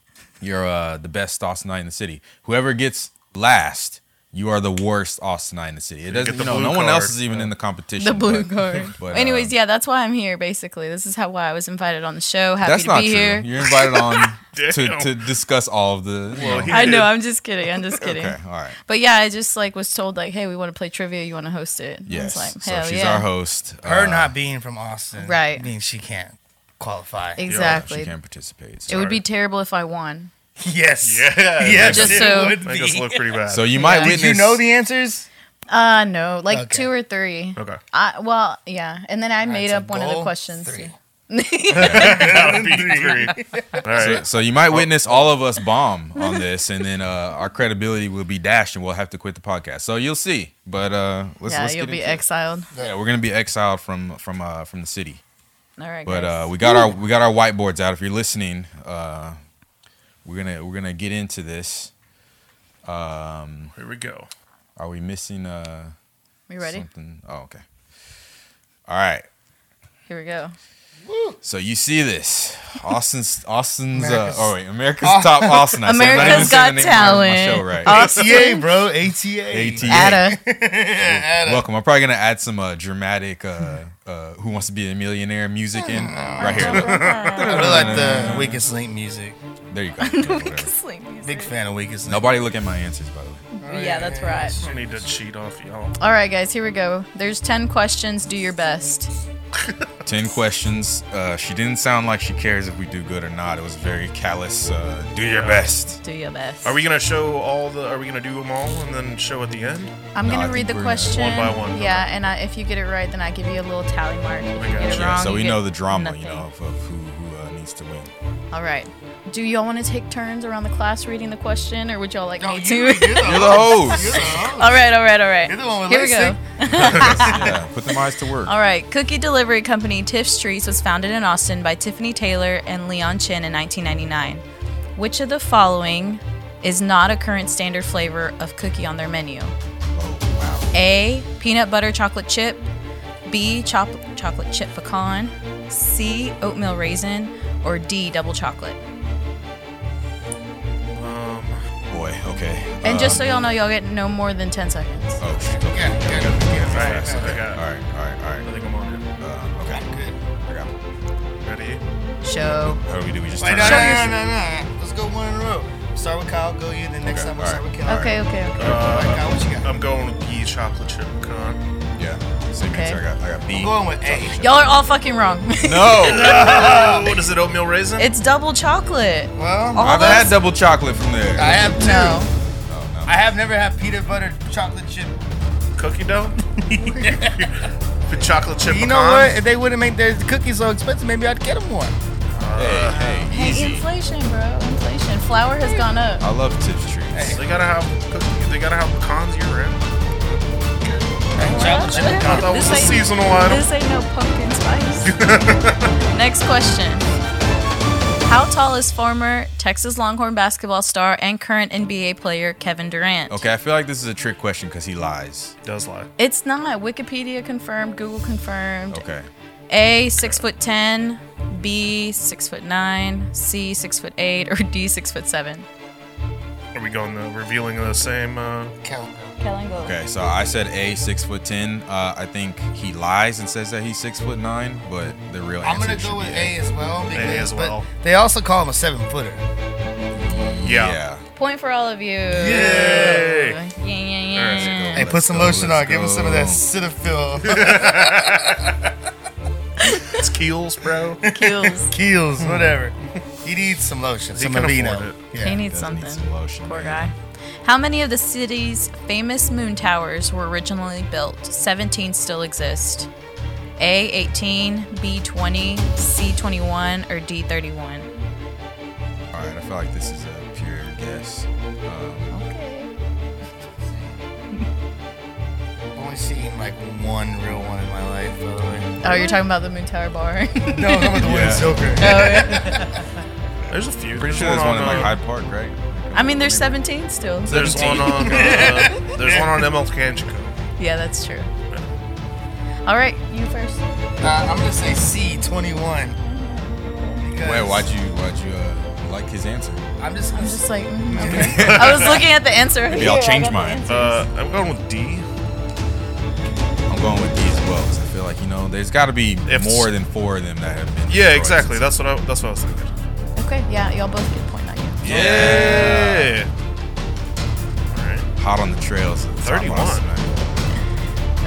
A: you're uh, the best Austinite in the city. Whoever gets last, you are the worst Austinite in the city. It doesn't you
D: the
A: know
D: blue
A: no one else
D: card.
A: is even in the competition.
C: The blue
A: but-
C: card.
A: but,
C: Anyways,
A: um,
C: yeah, that's why I'm here. Basically, this is how why I was invited on the show. Happy
A: That's
C: to
A: not
C: be
A: true.
C: here.
A: You're invited on to,
D: Damn.
A: to discuss all of the. you
D: Well,
A: know.
D: he
C: I
D: did.
C: know. I'm just kidding. I'm just kidding.
A: okay, all right.
C: But yeah, I just like was told like, hey, we want to play trivia. You want to host it? And
A: Yes.
C: I was like,
A: so
C: hell
A: she's
C: yeah.
A: our host.
B: Her
A: Uh,
B: not being from Austin
C: Right.
B: means she can't qualify.
C: Exactly.
A: She can't participate.
C: it
A: So,
C: would be terrible if I won.
B: Yes.
D: Yeah.
B: Yes,
C: Just
B: it
C: so-
B: would
D: Make us
B: be.
D: look pretty bad.
A: So you might
C: Yeah.
A: witness.
B: Did you know the answers?
C: Uh no, like
B: Okay.
C: two or three.
D: okay.
C: I, well, yeah, and then I made
B: so
C: up one of the
B: goal,
C: questions.
B: three.
D: That would be three. All
A: so,
D: right.
A: so you might witness all of us bomb on this, and then uh, our credibility will be dashed, and we'll have to quit the podcast. So you'll see. But uh, let's,
C: yeah,
A: let's
C: you'll
A: get
C: be
A: into it.
C: exiled.
A: Yeah, we're gonna be exiled from from uh, from the city.
C: All right,
A: But
C: guys.
A: uh, we got our we got our whiteboards out. If you're listening, uh, we're gonna we're gonna get into this.
D: Here we go.
A: Are we missing? Uh,
C: we ready?
A: Something. Oh, okay. All right.
C: Here we go.
A: So you see this, Austin's Austin's. Uh,
B: America's-
A: oh wait, America's top Austin. I said- I'm not even
C: America's
A: saying the
C: Got
A: name of my show
C: Talent. Oh,
A: right.
C: Austin.
B: ATA, bro. ATA.
A: ATA.
C: Ada.
A: Welcome. I'm probably gonna add some uh, dramatic uh, uh, "Who Wants to Be a Millionaire" music in right here.
B: I really like
A: Uh,
B: the Weakest Link music.
A: There you go. Yeah, whatever.
C: Sleep music.
B: Big fan of Weakest Link.
A: Nobody look at my answers, by the way.
C: Yeah, that's right.
D: I need to cheat off y'all.
C: All right, guys, here we go. There's 10 questions. Do your best.
A: Ten questions. Uh, she didn't sound like she cares if we do good or not. It was very callous. Uh, do your best.
C: Do your best.
D: Are we gonna show all the? Are we gonna do them all and then show at the end?
C: I'm
A: No, I
C: going to
A: think
C: read the
A: we're-
C: question.
D: One by one,
C: Yeah, and I, if you get it right, then I give you a little tally mark. If
D: I
C: you
D: got
C: get it
D: you.
A: Yeah,
C: wrong,
A: so
C: you
A: we
C: get
A: know the drama, you
C: nothing.
A: know, of, of who who uh, needs to win.
C: All right. Do y'all want to take turns around the class reading the question, or would y'all like me
B: You're
C: to?
A: You're
B: the
A: the host.
C: all right, all right, all right.
B: You're the one with
C: Here we
B: lipstick.
C: go.
A: yeah, put them eyes to work.
C: All right. Cookie delivery company Tiff Streets was founded in Austin by Tiffany Taylor and Leon Chin in 1999. Which of the following is not a current standard flavor of cookie on their menu?
A: Oh, wow.
C: A. Peanut butter chocolate chip. B. Chop- chocolate chip pecan. C. Oatmeal raisin. Or D. Double chocolate.
D: Um,
A: Boy, okay.
C: And just so
A: Um,
C: y'all know, y'all get no more than 10 seconds.
A: Oh, shit. Okay.
B: Yeah, yeah,
A: Okay.
D: all
B: yeah.
D: right, so I
A: All
D: got.
A: right, all right,
D: I
A: all right.
D: think I'm on it.
A: Uh, okay.
B: Good.
A: I got it.
D: Ready?
C: Show.
A: How do we do? We just
B: Wait,
A: turn
B: no,
A: it
B: no,
A: on?
B: no, no, no, no. Let's go one in a row. Start with Kyle, go you, then next
A: Okay,
B: time we'll
A: all
B: start
A: right.
B: with Kyle.
C: Okay, okay, okay.
B: All right,
D: Uh,
B: Kyle, what you got?
D: I'm going with the chocolate chip pecan.
A: Yeah. Same
C: Okay.
A: answer. I got, I got B.
B: I'm going with A.
C: Y'all are all fucking wrong.
A: No!
D: Oh, what is it? Oatmeal raisin?
C: it's double chocolate.
B: Well,
C: All
A: I've had
C: those-
A: double chocolate from
B: I
A: there.
B: have two.
C: No.
B: I have never had peanut butter chocolate chip.
D: cookie dough. With chocolate chip
B: You
D: pecan.
B: know what? If they wouldn't make their cookies so expensive, maybe I'd get them one.
A: Hey, hey,
C: Hey,
A: easy.
C: inflation, bro. Inflation. Flour has gone up.
A: I love tips treats.
D: They gotta have cookie, they gotta have pecans year round.
B: Chocolate chip.
D: I thought it was a seasonal item.
C: This ain't no pumpkin spice. Next question. How tall is former Texas Longhorn basketball star and current NBA player Kevin Durant?
A: Okay, I feel like this is a trick question because he lies.
D: Does lie.
C: It's not. Wikipedia confirmed, Google confirmed.
A: Okay.
C: A six foot ten, B six foot nine, C six foot eight, or D six foot seven.
D: Are we going the revealing of the same? Uh,
C: Kellen go.
A: Okay, so I said A, six foot ten. Uh, I think he lies and says that he's six foot nine, but the real
B: I'm
A: answer
B: gonna
A: should
B: go with
A: be
B: A as well. Because,
D: as
B: but
D: well.
B: They also call him a seven footer.
D: Yeah.
A: yeah.
C: Point for all of you.
D: Yay.
C: Yeah, yeah,
D: Alright, so
C: yeah.
A: go.
B: Hey, put
A: Let's
B: some
A: go,
B: lotion on.
A: let's
B: Give him some of that
A: go.
B: Cetaphil,
D: it's Keels, bro.
C: Kills.
B: Kiehl's, whatever. He needs some lotion, some
D: can afford
B: Aveeno.
D: it.
B: Yeah.
C: He needs
A: Does need
C: something.
A: some lotion,
C: Poor
A: man.
C: guy. How many of the city's famous moon towers were originally built? 17 still exist. A, 18, B, 20, C, 21, or D, 31?
A: All right, I feel like this is a pure guess. Um,
C: Okay.
B: I've only seen like one real one in my life, by the way.
C: Oh, you're talking about the Moon Tower Bar.
B: No, I'm the one
A: Yeah.
B: in silver.
C: Oh,
D: There's a few.
A: pretty sure there's one in like
D: uh,
A: Hyde Park, right?
C: I mean, there's 17 still.
D: There's one
A: 17.
D: on. Uh, there's one on MLK and Chicago.
C: Yeah, that's true. All right, you first.
B: Uh, I'm gonna say C, 21. Because
A: Wait, why'd you why'd you uh, like his answer?
B: I'm just, I'm
C: I'm
B: just
C: just like, mm, okay. I was looking at the answer. right
A: Maybe I'll
C: here. I
A: change
C: got the
A: mine.
C: answers.
D: Uh, I'm going with D.
A: I'm going with D as well 'cause I feel like you know there's got to be
D: If-
A: more than four of them that have been.
D: Yeah,
A: destroyed
D: exactly.
A: since-
D: That's what I. That's what I was thinking.
C: okay, yeah, y'all both get a point on you.
A: yeah.
D: Yeah. All right.
A: Hot on the trails. of the top
D: 31.
A: loss tonight.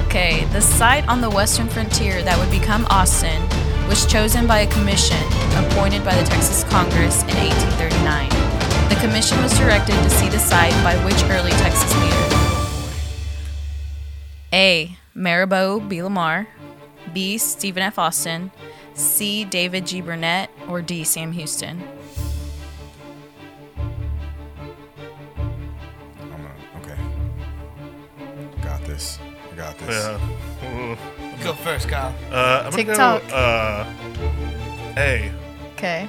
C: Okay, the site on the western frontier that would become Austin was chosen by a commission appointed by the Texas Congress in 1839. The commission was directed to see the site by which early Texas leader? A. Mirabeau B. Lamar, B. Stephen F. Austin, C. David G. Burnett, or D. Sam Houston.
A: I'm gonna, okay. Got this. I got this.
D: Yeah.
B: go first, Kyle.
D: Uh, I'm
C: TikTok.
D: gonna go. Uh, A.
C: Okay.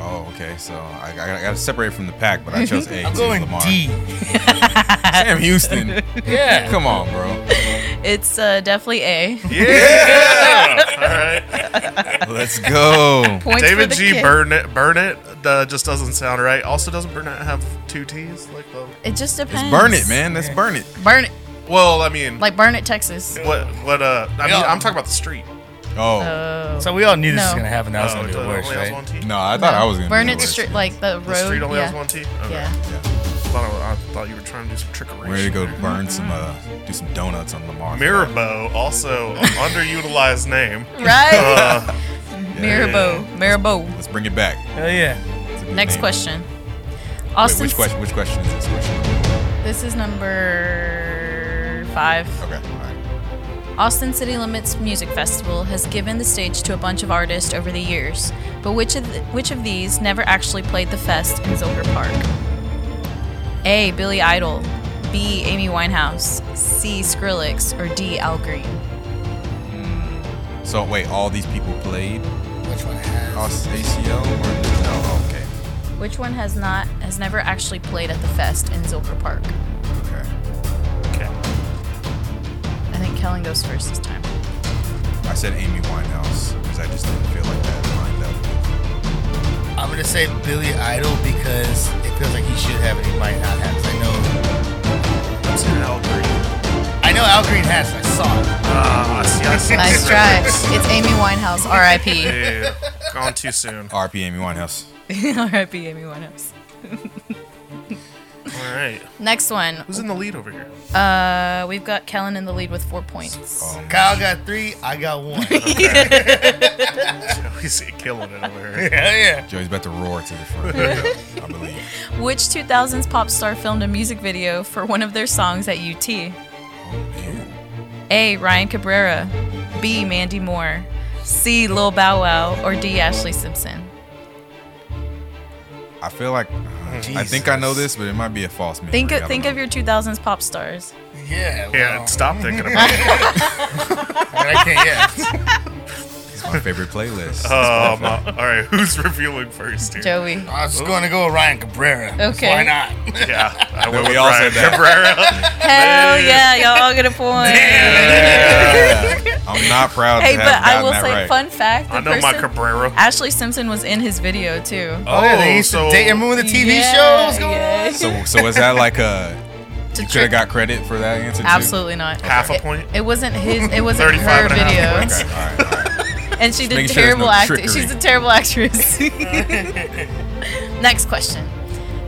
A: Oh, okay. So I, I, gotta- I got to separate from the pack, but I chose A.
B: I'm
A: too,
B: going
A: Lamar.
B: D.
A: Sam Houston.
B: Yeah.
A: Come on, bro.
C: It's uh, definitely A.
D: Yeah. All right.
A: Let's go.
C: Points for
D: David
C: the
D: G.
C: kid.
D: Burnett. Burnett uh, just doesn't sound right. Also, doesn't Burnett have two T's? Like the.
C: It just depends.
A: Let's burn it, man. Let's burn it.
C: Burn it.
D: Well, I mean,
C: Like, burn it, Texas.
D: what? What? Uh, I mean,
B: Yeah.
D: I'm talking about the street.
A: Oh.
C: Oh.
B: So we all knew this was
C: No.
B: gonna happen. That was
D: Oh,
B: gonna
D: it
B: be the
D: only
B: worst,
D: has
B: right?
D: one T?
A: No, I thought I was gonna
C: burn
A: do
C: it
A: the
C: to
A: worst.
C: street like the road.
D: The street only
C: yeah.
D: has one T. Okay.
C: Yeah.
A: Yeah.
D: I thought, I, I thought you were trying to do some trickery.
A: We're ready to go burn some, uh, do some donuts on Lamar.
D: Mirabeau, also an underutilized name.
C: Right.
D: Uh,
C: Mirabeau. Mirabeau.
A: Let's bring it back.
B: Hell yeah.
A: It's a good
C: Next
A: name.
C: question.
A: Wait,
C: Austin.
A: which question? Which question is this question?
C: This is number five.
A: Okay. All right.
C: Austin City Limits Music Festival has given the stage to a bunch of artists over the years, but which of, the, which of these never actually played the fest in Zilker Park? A. Billy Idol, B. Amy Winehouse, C. Skrillex, or D. Al Green?
A: So wait, all these people played
B: Which one has?
A: Aus- ACL or no? Oh, okay.
C: Which one has not has never actually played at the fest in Zilker Park?
A: Okay.
D: okay.
C: I think Kellen goes first this time.
A: I said Amy Winehouse because I just didn't feel like that lined up.
B: I'm gonna say Billy Idol because it feels like he should have it. He might not have. it. I know.
D: That's an Al Green.
B: I know Al Green has. It. I saw it.
D: Ah, see, I see.
C: Nice try. It's Amy Winehouse, R.I.P.
D: Yeah, gone too soon.
A: RP Amy Winehouse.
C: R.I.P. Amy Winehouse.
D: All right.
C: Next one.
D: Who's in the lead over here?
C: Uh, we've got Kellen in the lead with four points.
A: Um,
B: Kyle got three. I got one. Hell
D: Oh, He's killing it over here.
B: yeah.
A: Joey's about to roar to the front. I believe.
C: Which 2000s pop star filmed a music video for one of their songs at UT?
A: Oh, man.
C: A. Ryan Cabrera, B. Mandy Moore, C. Lil Bow Wow, or D. Ashley Simpson?
A: I feel like uh, I think I know this, but it might be a false memory.
C: Think
A: I
C: of,
A: don't
C: think
A: know.
C: of your 2000s pop stars.
B: Yeah.
D: Yeah,
B: well,
D: stop thinking about it.
B: I can't. Yeah.
A: It's my favorite playlist.
D: Um, uh, all right, who's revealing first here?
C: Joey.
B: I was going to go with Ryan Cabrera.
C: Okay.
B: Why not?
D: Yeah, I
A: No,
D: went
A: we
D: with
A: all
D: Brian
A: said that.
D: Cabrera.
C: Hell yeah, y'all all get a point.
A: Yeah. I'm not proud.
C: Hey,
A: to
C: but
A: have
C: I
A: gotten
C: will
A: that
C: say,
A: right.
C: fun fact. The
D: I know my
C: person-
D: Cabrera.
C: Ashley Simpson was in his video too.
B: Oh, yeah, they used
D: so
B: to date. Remember when the TV show was going on?
A: So, so was that like a? You could have got credit for that answer. too?
C: Absolutely not.
D: half a
C: It-
D: point.
C: It wasn't his. It wasn't
D: 35
C: her
D: and a half
C: video,
A: Okay. All right. All right.
C: and she did
A: making sure there's
C: terrible
A: no
C: acting.
A: trickery.
C: She's a terrible actress. Next question.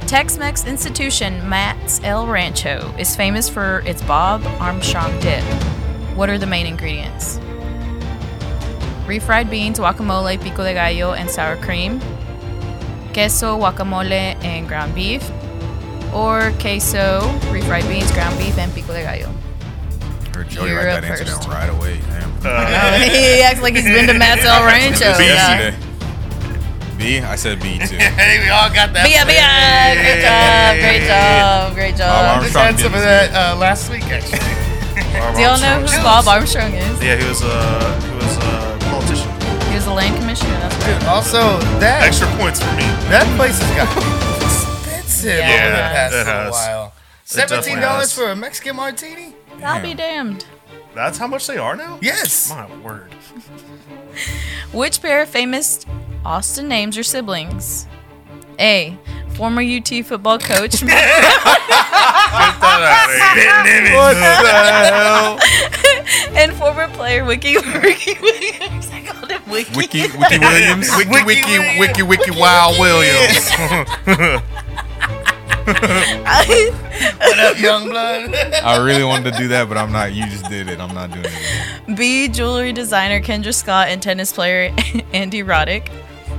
C: Tex-Mex institution Matt's El Rancho is famous for its Bob Armstrong dip. What are the main ingredients? Refried beans, guacamole, pico de gallo, and sour cream. Queso, guacamole, and ground beef. Or queso, refried beans, ground beef, and pico de gallo.
A: Heard Jody
C: You're
A: like
C: up
A: that
C: first.
A: incident right away. Damn.
D: Uh,
C: he acts like he's been to Matt's El Rancho.
A: B
C: Yeah.
A: yesterday. B, I said B too.
B: hey, we all got that.
C: But yeah, but yeah, great job, great job, great
A: Bob
C: job.
B: Just
A: Armstrong
B: had some
A: did
B: of
A: this.
B: that uh, last week, actually.
C: Do y'all know who Bob Armstrong is?
D: Yeah, he was uh, he was a politician.
C: He was a land commissioner. That's right.
B: Dude, also, that
D: Extra points for me.
B: that place has got expensive
C: Yeah,
B: over the past
D: it
B: little
D: has.
B: while.
D: It definitely
B: Seventeen dollars
D: has.
B: for a Mexican martini?
C: I'll be damned.
D: That's how much they are now.
B: Yes.
D: My word.
C: Which pair of famous Austin names are siblings? A. Former UT football coach.
D: Get that out of here.
A: What the hell?
C: and former player Wiki Ricky Williams. I called him Wiki.
A: Wiki Wiki Williams.
D: Wiki,
B: Wiki,
D: wiki,
B: Williams.
D: wiki, wiki, wow, Williams.
B: What up, young blood?
A: I really wanted to do that, but I'm not. You just did it. I'm not doing it.
C: B. Jewelry designer Kendra Scott and tennis player Andy Roddick.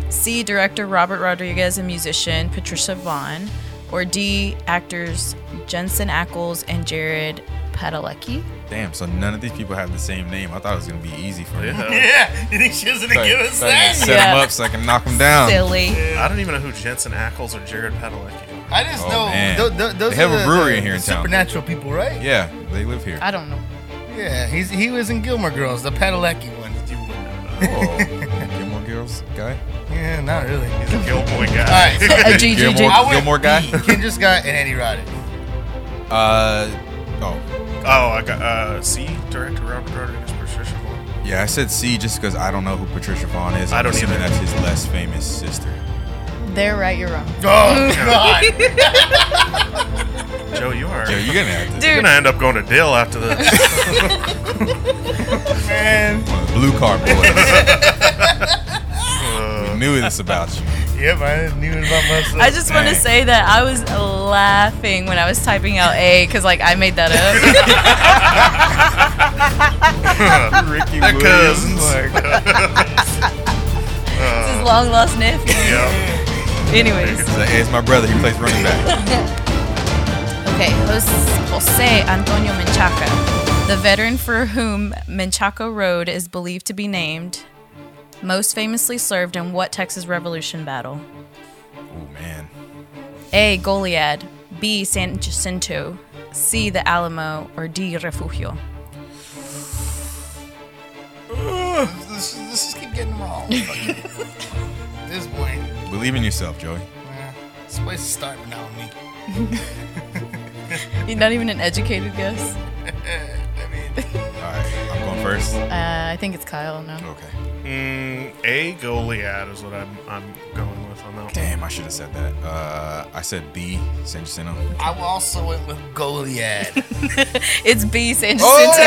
C: C. Director Robert Rodriguez and musician Patricia Vaughn. Or D. Actors Jensen Ackles and Jared Padalecki.
A: Damn. So none of these people have the same name. I thought it was gonna be easy for me.
D: Yeah.
B: yeah, you think she was gonna
A: So-
B: give us
A: so I can
B: that?
A: set
C: Yeah.
A: them up so I can knock them down.
C: Silly.
D: I don't even know who Jensen Ackles or Jared Padalecki are.
B: I just
A: Oh,
B: know
A: man.
B: th- th- those
A: They have
B: are
A: a
B: the-
A: brewery
B: the-
A: in here
B: the
A: in town.
B: Supernatural people, right?
A: Yeah, they live here.
C: I don't know.
B: Yeah, he's he was in Gilmore Girls, the Padalecki one.
D: You wouldn't know.
A: Whoa. Gilmore Girls guy.
B: Yeah, not really.
D: He's a Gilboy guy.
B: Alright, so
C: A Uh, G G G.
A: Gilmore,
B: I went
A: Gilmore guy.
B: Kendra Scott and Andy Roddick.
A: Uh, oh,
D: Oh, I got uh, C. Director Robert Rodriguez, Patricia Moore.
A: yeah. I said C just because I don't know who Patricia Vaughn is.
D: I
A: I'm
D: don't
A: assuming
D: either.
A: That's his less famous sister.
C: They're right, you're wrong.
B: Oh God!
D: Joe, you are.
A: Yo,
D: You're
A: you're gonna have to.
C: Dude,
D: gonna end up going to Dale after this.
B: Man.
A: One of the blue car boys.
D: Uh,
A: I knew this about you.
B: Yep, I knew it about myself.
C: I just want to
A: Dang.
C: say that I was laughing when I was typing out A because, like, I made that up.
A: Ricky
D: They're cousins.
C: it's
A: Oh.
C: his long lost nephew.
D: yeah.
C: Anyways,
A: He's like, hey, it's my brother. He plays running back.
C: okay, Jos- Jose Antonio Menchaca, the veteran for whom Menchaca Road is believed to be named, most famously served in what Texas Revolution battle?
A: Oh man.
C: A. Goliad, B. San Jacinto, C. The Alamo, or D. Refugio.
B: This, this is keep getting wrong. Fuck it. this point,
A: Believe in yourself, Joey.
B: man, this place is starting now with me.
C: You're not even an educated guess.
B: I mean,
A: All right, I'm going first.
C: Uh, I think it's Kyle. No.
A: Okay.
D: Mm, a Goliad is what I'm, I'm going with on that one.
A: Damn, I should have said that. Uh, I said B. San Jacinto.
B: I also went with Goliad.
C: It's B. San Jacinto.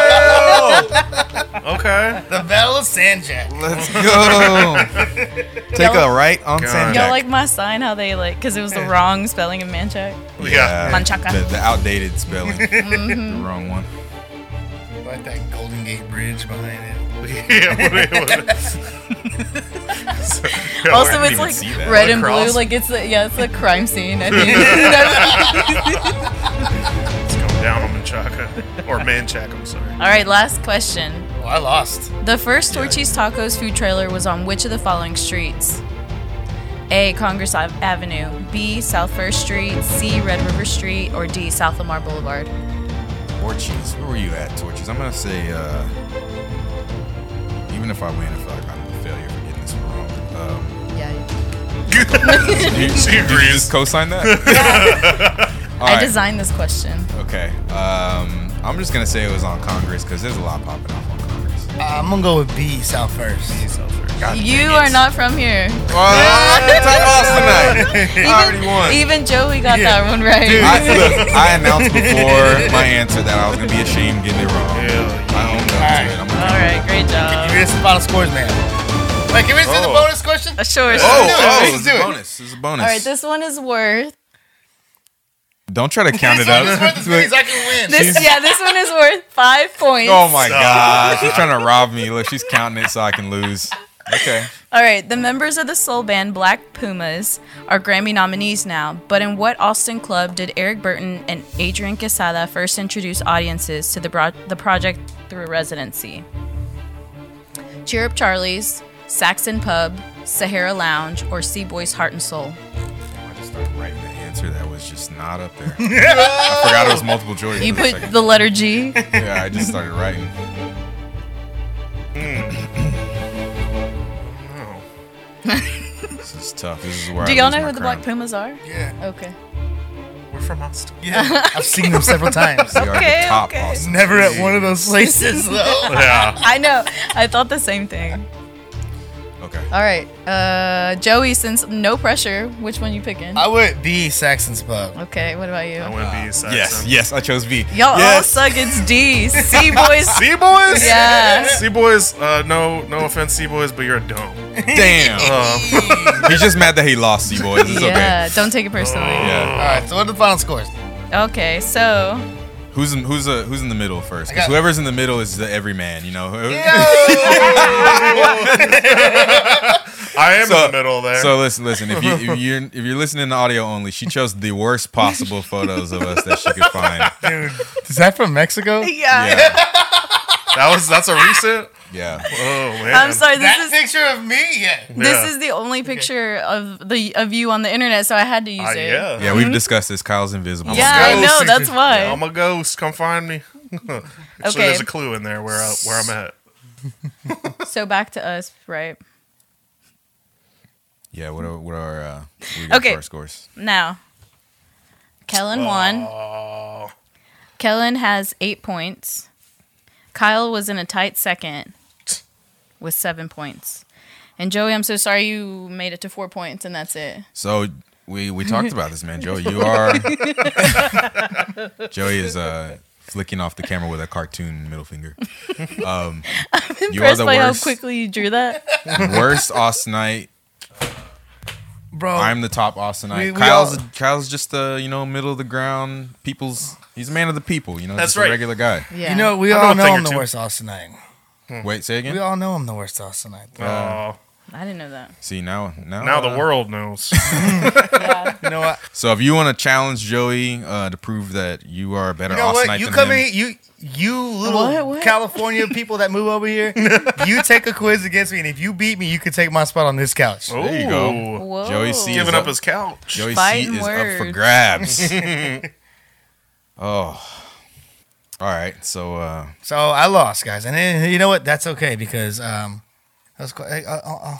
A: Oh!
D: Okay.
B: the Battle of Sanjak.
A: Let's go. Take a right on
D: God.
A: San
D: Y'all
C: Y'all
A: Jac.
C: like my sign? How they like? Because it was the wrong spelling of Manchac.
D: Yeah.
C: Manchaca. Mm-hmm.
A: The, the outdated spelling. The wrong one.
B: Like that Golden Gate Bridge behind it.
D: Yeah, what- what- So, yeah,
C: Also,
A: didn't
C: it's
A: even
C: like
A: see that.
C: red and
D: Lacrosse.
C: blue. Like it's the yeah, it's the crime scene. I think.
D: it's going down on Manchaca. Or Manchac, I'm sorry.
C: All right, last question.
B: Oh, I lost.
C: The first Torchy's Tacos food trailer was on which of the following streets? A. Congress Ave- Avenue, B. South First Street, C. Red River Street, or D. South Lamar Boulevard.
A: Torchies. Where were you at, Torchies? I'm gonna say. Uh, even if I win, I feel like I'm a failure for getting this one wrong. Um,
C: Yeah,
A: did you just co-sign that? All
C: I
A: right,
C: designed this question.
A: Okay. Um, I'm just gonna say it was on Congress because there's a lot popping off on Congress.
B: Uh, I'm gonna go with B South first.
A: God
C: You
A: dang it.
C: are not from here.
A: Oh, Top Austin tonight. I already won.
C: Even Joey got that
B: Yeah.
C: one right.
A: I, look, I announced before my answer that I was gonna be ashamed getting it wrong.
D: Yeah.
A: I owned up to it. I'm
C: All
A: gonna-
C: right, great
B: Give
C: job.
B: me the final scores, man. Wait, can we do the
D: Oh.
B: bonus question?
C: Uh, Sure. sure.
A: Oh,
B: No,
A: oh,
B: let's
A: it's
B: do
A: a
B: it.
A: bonus. It's a bonus.
C: All right, this one is worth.
A: Don't try to count
B: this
A: it
B: one is
A: up.
B: worth as many as I can win.
C: This yeah, this one is worth five points.
A: oh my gosh, she's trying to rob me. Look, she's counting it so I can lose. Okay,
C: All right, the members of the soul band Black Pumas are Grammy nominees now, but in what Austin club did Eric Burton and Adrian Quesada first introduce audiences to the, bro- the project through residency? Cheer Up Charlie's, Saxon Pub, Sahara Lounge, or Seaboy's Heart and Soul?
A: I just started writing an answer that was just not up there. I forgot it was multiple choice.
C: You
A: for a
C: put
A: second.
C: the letter G.
A: yeah, I just started writing.
C: Hmm.
D: Oh.
A: This is tough. This is where
C: Do
A: I
C: y'all
A: lose
C: know
A: my
C: who the
A: crown.
C: Black Pumas are?
B: Yeah.
C: Okay.
D: We're from Austin.
B: Yeah. I've seen them several times.
A: They are the
C: Okay,
A: top
C: okay.
A: Austin.
B: Never at one of those places though.
D: Yeah.
C: I know. I thought the same thing.
A: Okay.
C: All right. Uh, Joey, since no pressure, which one you picking?
B: I would be Saxon's pub.
C: Okay, what about
D: I
C: you?
D: went B. Saxon.
A: Yes, yes, I chose V.
C: Y'all all
A: yes.
C: suck. It's D. C boys.
D: Sea boys.
C: Yeah.
D: Sea boys. Uh, no, no offense, sea boys, but you're a dome.
A: Damn.
D: Um,
A: He's just mad that he lost, you boys. It's
C: Yeah, don't take it personally.
A: okay. Yeah.
B: All right. So what are the final scores?
C: Okay, so
A: Who's in, who's uh who's in the middle first? 'Cause
B: I got-
A: whoever's in the middle is the everyman. You know.
D: I am in the middle there.
A: So listen, listen. If you if you're if you're listening to audio only, she chose the worst possible photos of us that she could find.
B: Dude, is that from Mexico?
C: yeah.
A: Yeah,
D: that was that's a recent.
A: yeah.
D: Oh man.
C: I'm sorry. This
B: That
C: is
B: picture of me? Yeah.
C: this
D: Yeah.
C: is the only picture of the of you on the internet, so I had to use
D: Uh,
C: it.
D: yeah.
A: Yeah, we've discussed this. Kyle's invisible.
C: Yeah, I
B: Ghost.
C: know. That's why.
D: I'm a ghost. Come find me. Actually,
C: Okay.
D: there's a clue in there where I, where I'm at.
C: so back to us, right?
A: Yeah. What are what are uh, we got
C: Okay.
A: for our scores?
C: Now, Kellen won.
D: Oh,
C: Kellen has eight points. Kyle was in a tight second with seven points. And Joey, I'm so sorry you made it to four points, and that's it.
A: So we we talked about this, man. Joe, you are. Joey is uh flicking off the camera with a cartoon middle finger. Um, you are
C: Impressed
A: the
C: by
A: worst,
C: how quickly you drew that.
A: worst Austinite.
B: Bro.
A: I'm the top Austinite.
B: We- we
A: Kyle's
B: all-
A: Kyle's just the you know middle of the ground. People's he's a man of the people. You know,
D: That's
A: just
D: right.
A: a regular guy.
C: Yeah.
B: you know, we
D: I know
B: all
D: a
B: know
D: thing
B: I'm
D: or
B: the
D: two.
B: worst Austinite.
D: Hmm.
A: Wait, say
B: We
A: again.
B: all know I'm the worst Austinite.
D: oh.
C: I didn't know that.
A: See now, now,
D: now
A: uh,
D: the world knows.
C: Yeah.
B: You know what?
A: So if you want to challenge Joey uh, to prove that you are a better
B: You know
A: Austinite
B: what? You
A: than
B: come
A: him,
B: in, you you little
C: What? What?
B: California people that move over here, you take a quiz against me, and if you beat me, you could take my spot on this couch.
D: Oh.
A: There you go.
D: Ooh.
C: Whoa.
A: Joey C.
D: Giving
A: He's
D: up
A: up-
D: his couch.
A: Joey's
C: Fighting
A: seat is up for
C: words.
A: grabs. oh. All right. So uh,
B: So I lost, guys, and eh, you know what? That's okay because um, that was quite, uh, uh, uh,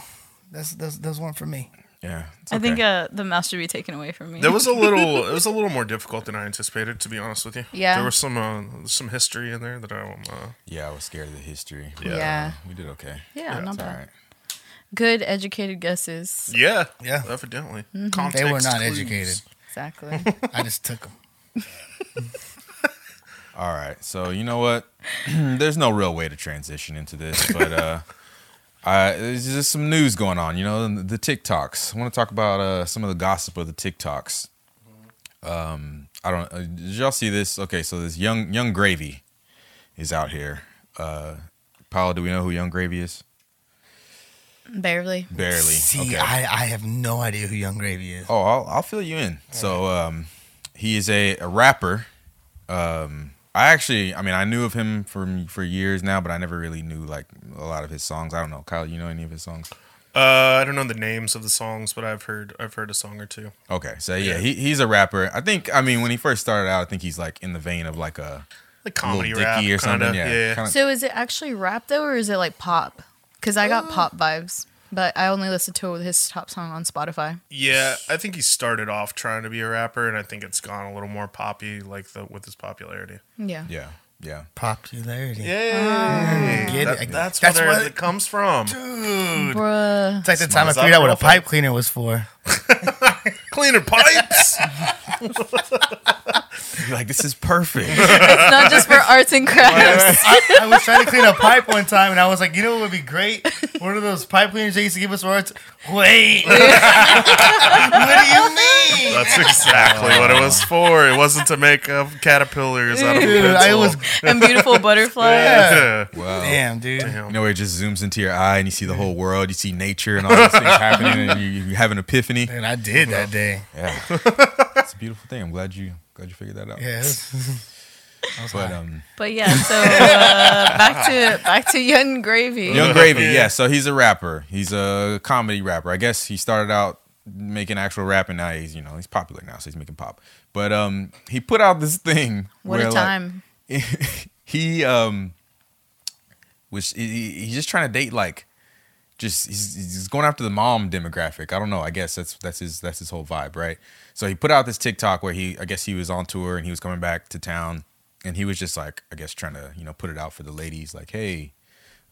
B: that's that's those weren't for me.
A: yeah. it's
C: I think
A: okay.
C: uh, the mouse should be taken away from me.
D: There was a little. It was a little more difficult than I anticipated, to be honest with you.
C: Yeah.
D: There was some uh, some history in there that I um, uh,
A: yeah, I was scared of the history. but,
C: yeah.
A: uh,
C: Yeah,
A: we did okay.
C: not
A: It's all
C: bad.
A: right.
C: Good educated guesses.
D: yeah
B: Yeah.
D: evidently
B: Mm-hmm. They
D: Context
B: were not
D: clues.
B: educated.
C: Exactly.
B: I just took them.
A: All right. So you know what? There's no real way to transition into this, but uh, I, there's just some news going on. You know, the, the TikToks. I want to talk about uh, some of the gossip of the TikToks. Um, I don't. Uh, did y'all see this? Okay, so this young young gravy is out here. Uh, Paula, do we know who Young Gravy is?
C: Barely.
A: Barely.
B: See,
A: okay.
B: I, I have no idea who Young Gravy is.
A: Oh, I'll, I'll fill you in. So, um, he is a, a rapper. Um, I actually, I mean, I knew of him from for years now, but I never really knew like a lot of his songs. I don't know, Kyle. You know any of his songs?
D: Uh, I don't know the names of the songs, but I've heard I've heard a song or two.
A: Okay, so yeah, he, he's a rapper. I think. I mean, when he first started out, I think he's like in the vein of like a
D: Like
A: little
D: comedy
A: Dicky
D: rap
A: or something.
D: Kinda.
A: Yeah,
D: yeah.
A: Kinda,
C: So is it actually rap though, or is it like pop? Because I got pop vibes, but I only listened to his top song on Spotify.
D: Yeah, I think he started off trying to be a rapper, and I think it's gone a little more poppy, like the with his popularity.
C: Yeah.
A: yeah, yeah.
B: Popularity.
D: Yeah,
B: Get
D: that,
B: it.
D: that's,
B: That's
D: where
B: what-
D: it comes from.
B: Dude.
C: Bruh.
B: It's like the time I
D: Smells up
B: figured out what
D: real
B: a pipe cleaner was for.
D: Cleaner pipes.
A: You're like this is perfect.
C: It's not just for arts and crafts.
B: I, I was trying to clean a pipe one time, and I was like, you know what would be great One of those pipe cleaners they used to give us words. Wait. what do you mean?
D: That's exactly what it was for. It wasn't to make uh, caterpillars out of
B: Dude,
D: pencil.
B: I was.
C: and beautiful butterflies.
D: Yeah.
A: Wow.
B: Damn, dude.
A: You know, where it just zooms into your eye and you see the whole world, you see nature and all these things happening, and you, you have an epiphany.
B: And I did that day.
A: Yeah, it's a beautiful thing. I'm glad you glad you figured that out.
B: Yeah. it was- I was
A: But
B: high.
A: um,
C: But yeah, so uh, back to back to Young Gravy.
A: Young Gravy, yeah. So he's a rapper. He's a comedy rapper. I guess he started out making actual rap, and now he's you know he's popular now, so he's making pop. But um, he put out this thing.
C: What
A: where,
C: a
A: like,
C: time.
A: he um was he, he- he's just trying to date like just he's, he's going after the mom demographic. I don't know. I guess that's that's his that's his whole vibe, right? So he put out this TikTok where he I guess he was on tour and he was coming back to town and he was just like I guess trying to, you know, put it out for the ladies like, "Hey,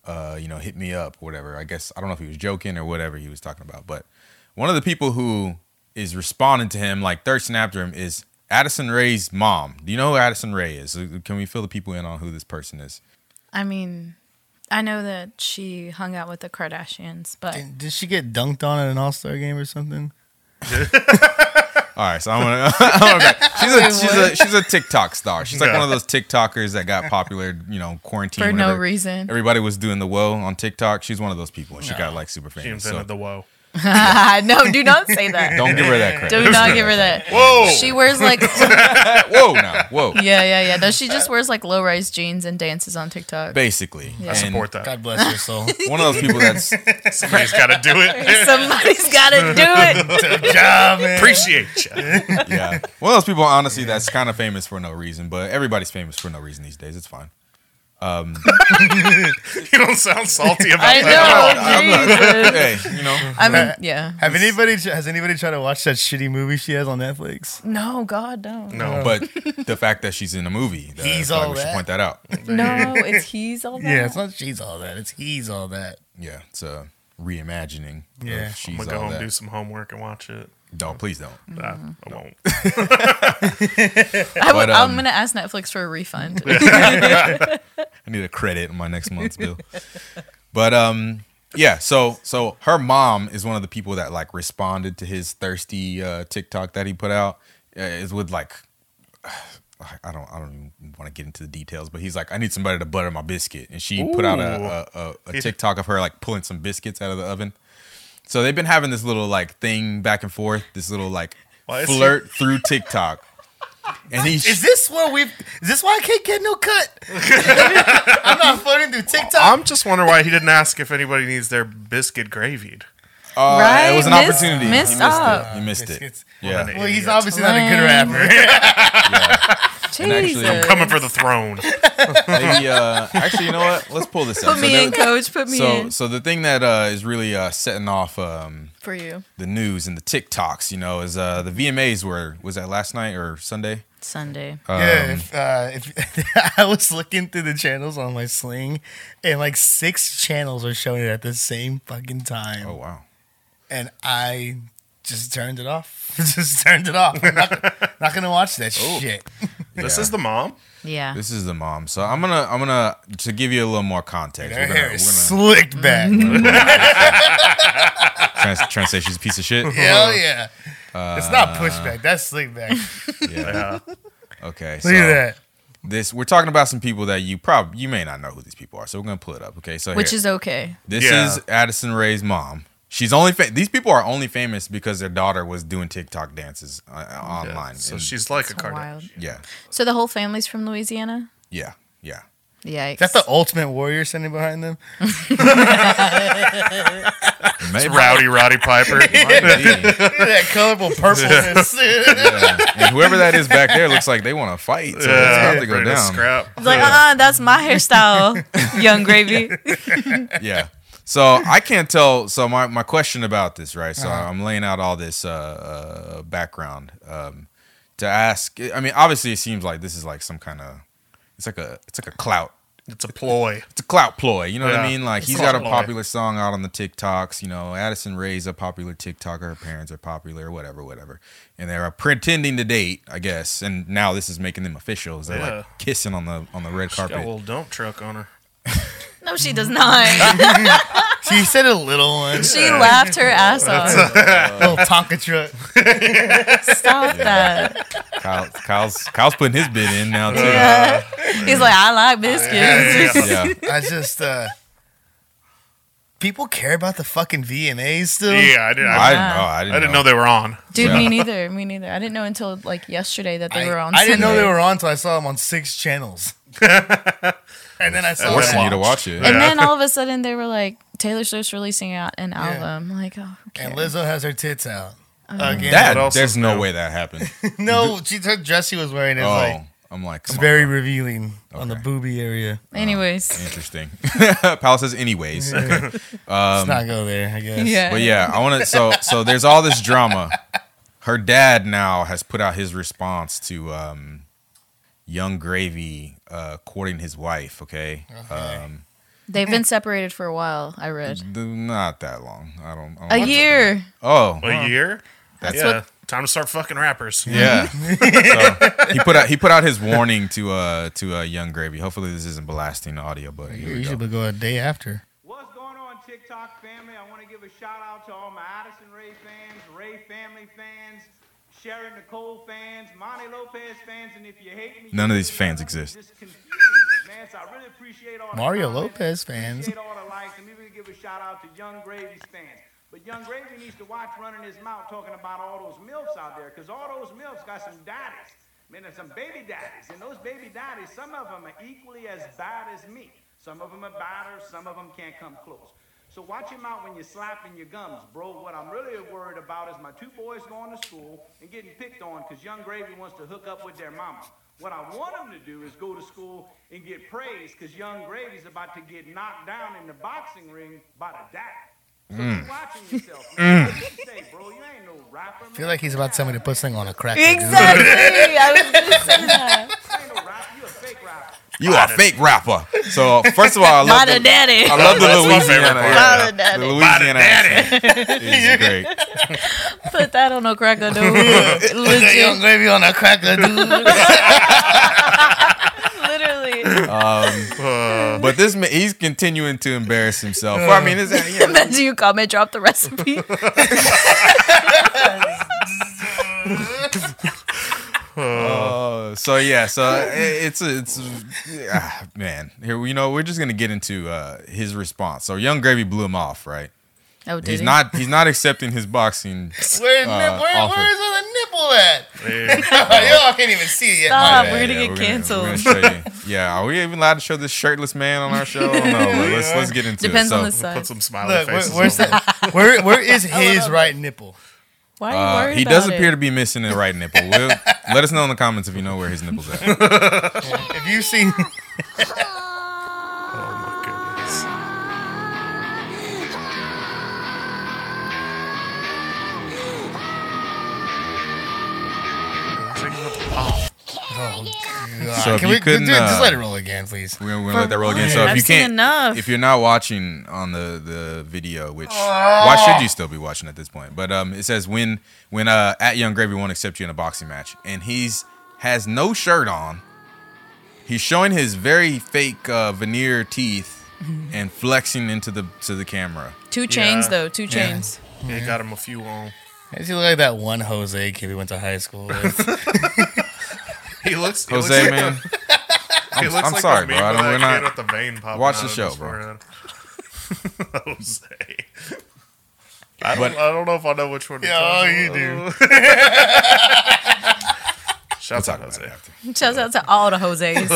A: uh, you know, hit me up, whatever." I guess I don't know if he was joking or whatever he was talking about, but one of the people who is responding to him like third after him is Addison Ray's mom. Do you know who Addison Ray is? Uh, Can we fill the people in on who this person is?
C: I mean, I know that she hung out with the Kardashians, but
B: And Did she get dunked on at an All Star game or something?
A: All right, so I'm gonna. I'm gonna back. She's a she's a she's a TikTok star. She's like
D: Yeah.
A: one of those TikTokers that got popular, you know, quarantine
C: for no
A: whenever
C: reason.
A: Everybody was doing the woe on TikTok. She's one of those people, and she got like super
D: She
A: famous.
D: invented
A: So
D: the whoa.
C: no, do not say that.
A: don't give her that credit.
C: Do not give her that.
D: Whoa!
C: She wears like yeah,
A: Whoa, now, whoa.
C: yeah, yeah. No, she just wears like low rise jeans and dances on TikTok.
A: Basically,
D: I
A: And
D: support that.
B: God bless her soul.
A: One of those people that's
D: Somebody's got to do it.
C: Somebody's gotta do it.
B: Good job, man.
D: Appreciate you.
A: yeah. One of those people, honestly, that's kind of famous for no reason. But everybody's famous for no reason these days. It's fine.
D: You don't sound salty about
C: I
D: that.
C: know. Jesus.
A: Hey, you know,
C: I mean, yeah.
B: Have anybody has anybody tried to watch that shitty movie she has on Netflix?
C: No, God, no. No,
D: No,
A: but the fact that she's in a movie, that,
B: He's
A: I feel like
B: all
A: we should
B: that.
A: point that out.
C: it's he's all that.
B: Yeah, it's not she's all that. It's he's all that.
A: Yeah, it's a reimagining.
B: Yeah.
A: Yeah,
B: I'm
A: she's
D: I'm gonna
A: all
D: go home
A: that.
D: do some homework and watch it.
A: No, please don't.
D: Nah,
C: Mm-hmm.
D: I won't.
C: I would,
A: But, um,
C: I'm gonna ask Netflix for a refund.
A: I need a credit in my next month's bill. But um, yeah. So so her mom is one of the people that like responded to his thirsty uh, TikTok that he put out. Uh, is with like. I don't. I don't even want to get into the details, but he's like, "I need somebody to butter my biscuit," and she put out a, a, a, a TikTok of her like pulling some biscuits out of the oven. So they've been having this little like thing back and forth, this little like
D: Why is he-
A: flirt through TikTok, and he's
B: Is this what we've? Is this why I can't get no cut? I'm not floating through TikTok.
D: I'm just wondering why he didn't ask if anybody needs their biscuit gravied.
A: Uh,
C: Right?
A: It was an
C: Missed-
A: opportunity. He
C: missed
A: missed
C: up.
A: it. He missed it.
B: Biscuits.
A: Yeah.
B: Well, he's
D: Idiot.
B: obviously not a good
C: Lame.
B: rapper.
C: Jesus.
A: actually- I'm
D: Coming for the throne.
A: Maybe, uh, actually, you know what? Let's pull this up.
C: Put me
A: there-
C: in, coach. Put me
A: so,
C: in
A: so the thing that uh, is really uh, setting off um,
C: for you.
A: the news and the TikToks, you know, is uh, the VMAs were was that last night or Sunday?
C: Sunday.
A: Um,
B: yeah, if, uh, if, I was looking through the channels on my sling, and like six channels were showing it at the same fucking time,
A: Oh wow.
B: and I just turned it off. just turned it off. I'm not, not gonna watch that
A: Oh.
B: shit.
D: This
A: Yeah.
D: is the mom.
C: Yeah.
A: This is the mom. So I'm gonna I'm gonna to give you a little more context.
B: Her
A: we're gonna,
B: hair is
A: we're
B: slicked back.
A: Mm-hmm. gonna trans, trans say she's a piece of shit.
B: Hell yeah. it's
A: Uh,
B: not pushback. That's slick back. Look
A: Yeah. Okay. so-
B: at that.
A: this we're talking about some people that you probably you may not know who these people are so we're gonna pull it up okay so
C: Which
A: here.
C: is okay.
A: this
D: Yeah.
A: is addison ray's mom she's only fa- these people are only famous because their daughter was doing tiktok dances uh, uh, online
D: So
A: And-
D: she's like a
C: Wild.
D: Kardashian.
A: yeah
C: So the whole family's from Louisiana?
A: yeah yeah
C: Yikes.
B: That's the ultimate warrior standing behind them.
A: Maybe.
D: Rowdy Roddy Piper.
A: Might be.
B: Look at that colorful purpleness.
A: Yeah. And whoever that is back there looks like they want to fight so it's about
D: Yeah,
A: to go
D: ready to
A: down
D: scrap.
C: It's like, uh-uh, that's my hairstyle, young gravy.
A: yeah. So I can't tell. So my, my question about this, right? So I'm laying out all this uh, uh, background um, to ask. I mean, obviously, it seems like this is like some kind of it's like a it's like a clout.
D: It's a ploy.
A: It's a clout ploy. You know what I
D: Yeah.
A: mean? Like
D: It's
A: he's
D: clout
A: got a
D: ploy.
A: popular song out on the TikToks. You know, Addison Ray's a popular TikToker. Her parents are popular. Whatever, whatever. And they're pretending to date, I guess. And now this is making them official. Is they're
D: Yeah.
A: like kissing on the on the red
D: Got a
A: carpet.
D: little dump truck on her.
C: No, she does not.
B: She said a little one.
C: She laughed her ass off.
B: little Tonka truck.
C: Stop that.
A: Kyle, Kyle's Kyle's putting his bid in now too.
B: Uh,
C: Yeah. He's like, I like biscuits.
A: Yeah.
B: I just uh people care about the fucking VMAs still.
D: Yeah, I didn't. I,
A: I didn't know. I didn't,
D: I didn't know they were on.
C: Dude,
A: Yeah.
C: me neither. Me neither. I didn't know until like yesterday that they
B: I,
C: were on.
B: I didn't know
C: Sunday.
B: they were on until I saw them on six channels. and then I saw
A: forcing you
B: them
A: to watch it.
C: And then all of a sudden they were like, Taylor Swift's releasing out an album. I'm Like, oh, okay.
B: and Lizzo has her tits out. Again.
D: What
A: That
D: else
A: there's
D: is
A: no
D: new?
A: way that happened.
B: no, she her dress she was wearing is
A: oh,
B: like
A: I'm like,
B: it's
A: come
B: very
A: on,
B: revealing on the booby area.
C: Anyways,
A: interesting. Powell says, anyways. Okay. Um,
B: Let's not go there, I guess.
C: yeah.
A: But yeah, I want to. So so there's all this drama. Her dad now has put out his response to um, Young Gravy uh, courting his wife. Okay, Um,
C: They've been separated for a while. I read
A: th- not that long. I don't. I
C: a
A: don't
C: year.
A: Oh,
D: A year.
A: That's
D: yeah. Time to start fucking rappers.
A: Yeah. so he put out he put out his warning to uh to uh, Young Gravy. Hopefully this isn't blasting the audio, but here
B: You
A: we go.
B: should go a day after.
E: What's going on, TikTok family? I want to give a shout out to all my Addison Ray fans, Ray family fans, Sharon Nicole fans, Monty Lopez fans, and if you hate me,
A: None of
E: you
A: these
E: really
A: fans
E: love me,
A: exist.
E: just confused, man. So I really appreciate all the
B: Mario
E: comments,
B: Lopez fans.
E: Appreciate all the likes, and maybe we give a shout out to Young Gravy's fans. But Young Gravy needs to watch running his mouth talking about all those MILFs out there, because all those MILFs got some daddies, man, and some baby daddies. And those baby daddies, some of them are equally as bad as me. Some of them are badder, some of them can't come close. So watch him out when you're slapping your gums, bro. What I'm really worried about is my two boys going to school and getting picked on because Young Gravy wants to hook up with their mama. What I want them to do is go to school and get praised because Young Gravy's about to get knocked down in the boxing ring by the dad. So
B: Mm.
E: keep watching yourself, man. What you say, bro? You ain't no rapper, man.
B: I Mm. feel like he's about to tell me to put something on a crack.
C: Exactly. I was gonna say that.
E: You ain't no rapper. You a fake rapper.
A: You are a fake rapper. So first of all, I love
C: Not a
A: the,
C: daddy.
A: I love the
D: That's my favorite
A: Louisiana.
D: part.
A: yeah.
C: Not a daddy.
A: The Louisiana accent is great.
C: Put that on a cracker, dude.
B: That young
C: Legit.
B: gravy on a cracker, dude.
C: Literally.
A: But this man, he's continuing to embarrass himself. Well, I mean, it's, yeah,
C: Then do you comment drop the recipe?
B: Oh.
A: uh, so yeah, so i- it's it's ah, man. Here, you know, we're just gonna get into uh, his response. So Young Gravy blew him off, right?
C: Oh, did
A: He's
C: he?
A: not he's not accepting his boxing.
B: Where's
A: Uh,
B: nip- where,
A: offer.
B: where's the nipple at?
D: Yeah.
B: Y'all can't even see it yet.
C: Stop.
B: My
C: Ah, we're
B: bad.
C: gonna get canceled.
A: show you. yeah, are we even allowed to show this shirtless man on our show? I don't know, but let's let's get into
C: Depends
A: it. So,
C: on the side.
D: Put some smiley
B: Look, where,
D: faces.
B: where's
D: on it.
B: the, where, where is his right nipple?
C: Why
A: uh,
C: are you worried
A: he
C: about
A: does
C: it?
A: appear to be missing the right nipple. We'll, let us know in the comments if you know where his nipple's at.
B: If you see,
D: Oh my goodness. Oh,
A: So if
B: can
A: you
B: we
A: couldn't,
B: dude, just
A: uh,
B: let it roll again, please?
A: We're gonna let that roll again. So if
C: I've
A: you
C: seen
A: can't,
C: enough.
A: if you're not watching on the the video, which
D: Ah.
A: why should you still be watching at this point? But um, it says when when uh at Young Gravy won't accept you in a boxing match, and he's has no shirt on. He's showing his very fake uh, veneer teeth
D: Mm-hmm.
A: and flexing into the to the camera.
C: Two chains
D: Yeah.
C: though. Two chains.
D: yeah, got him a few on.
B: Does he look like that one Jose kid we went to high school with?
D: He looks. He
A: Jose,
D: looks like
A: man,
D: the-
A: I'm,
D: he looks
A: I'm
D: like
A: sorry,
D: the
A: bro.
D: meme
A: I
D: of
A: don't, we're
D: that kid
A: not.
D: with the vein popping
A: Watch
D: out
A: the
D: of
A: show,
D: his
A: bro.
D: forehead. Jose. I don't, I don't know if I know which one. to
B: Yeah,
D: talk
B: oh, you
D: about. Shouts out Jose.
C: Shouts out to all the Jose's.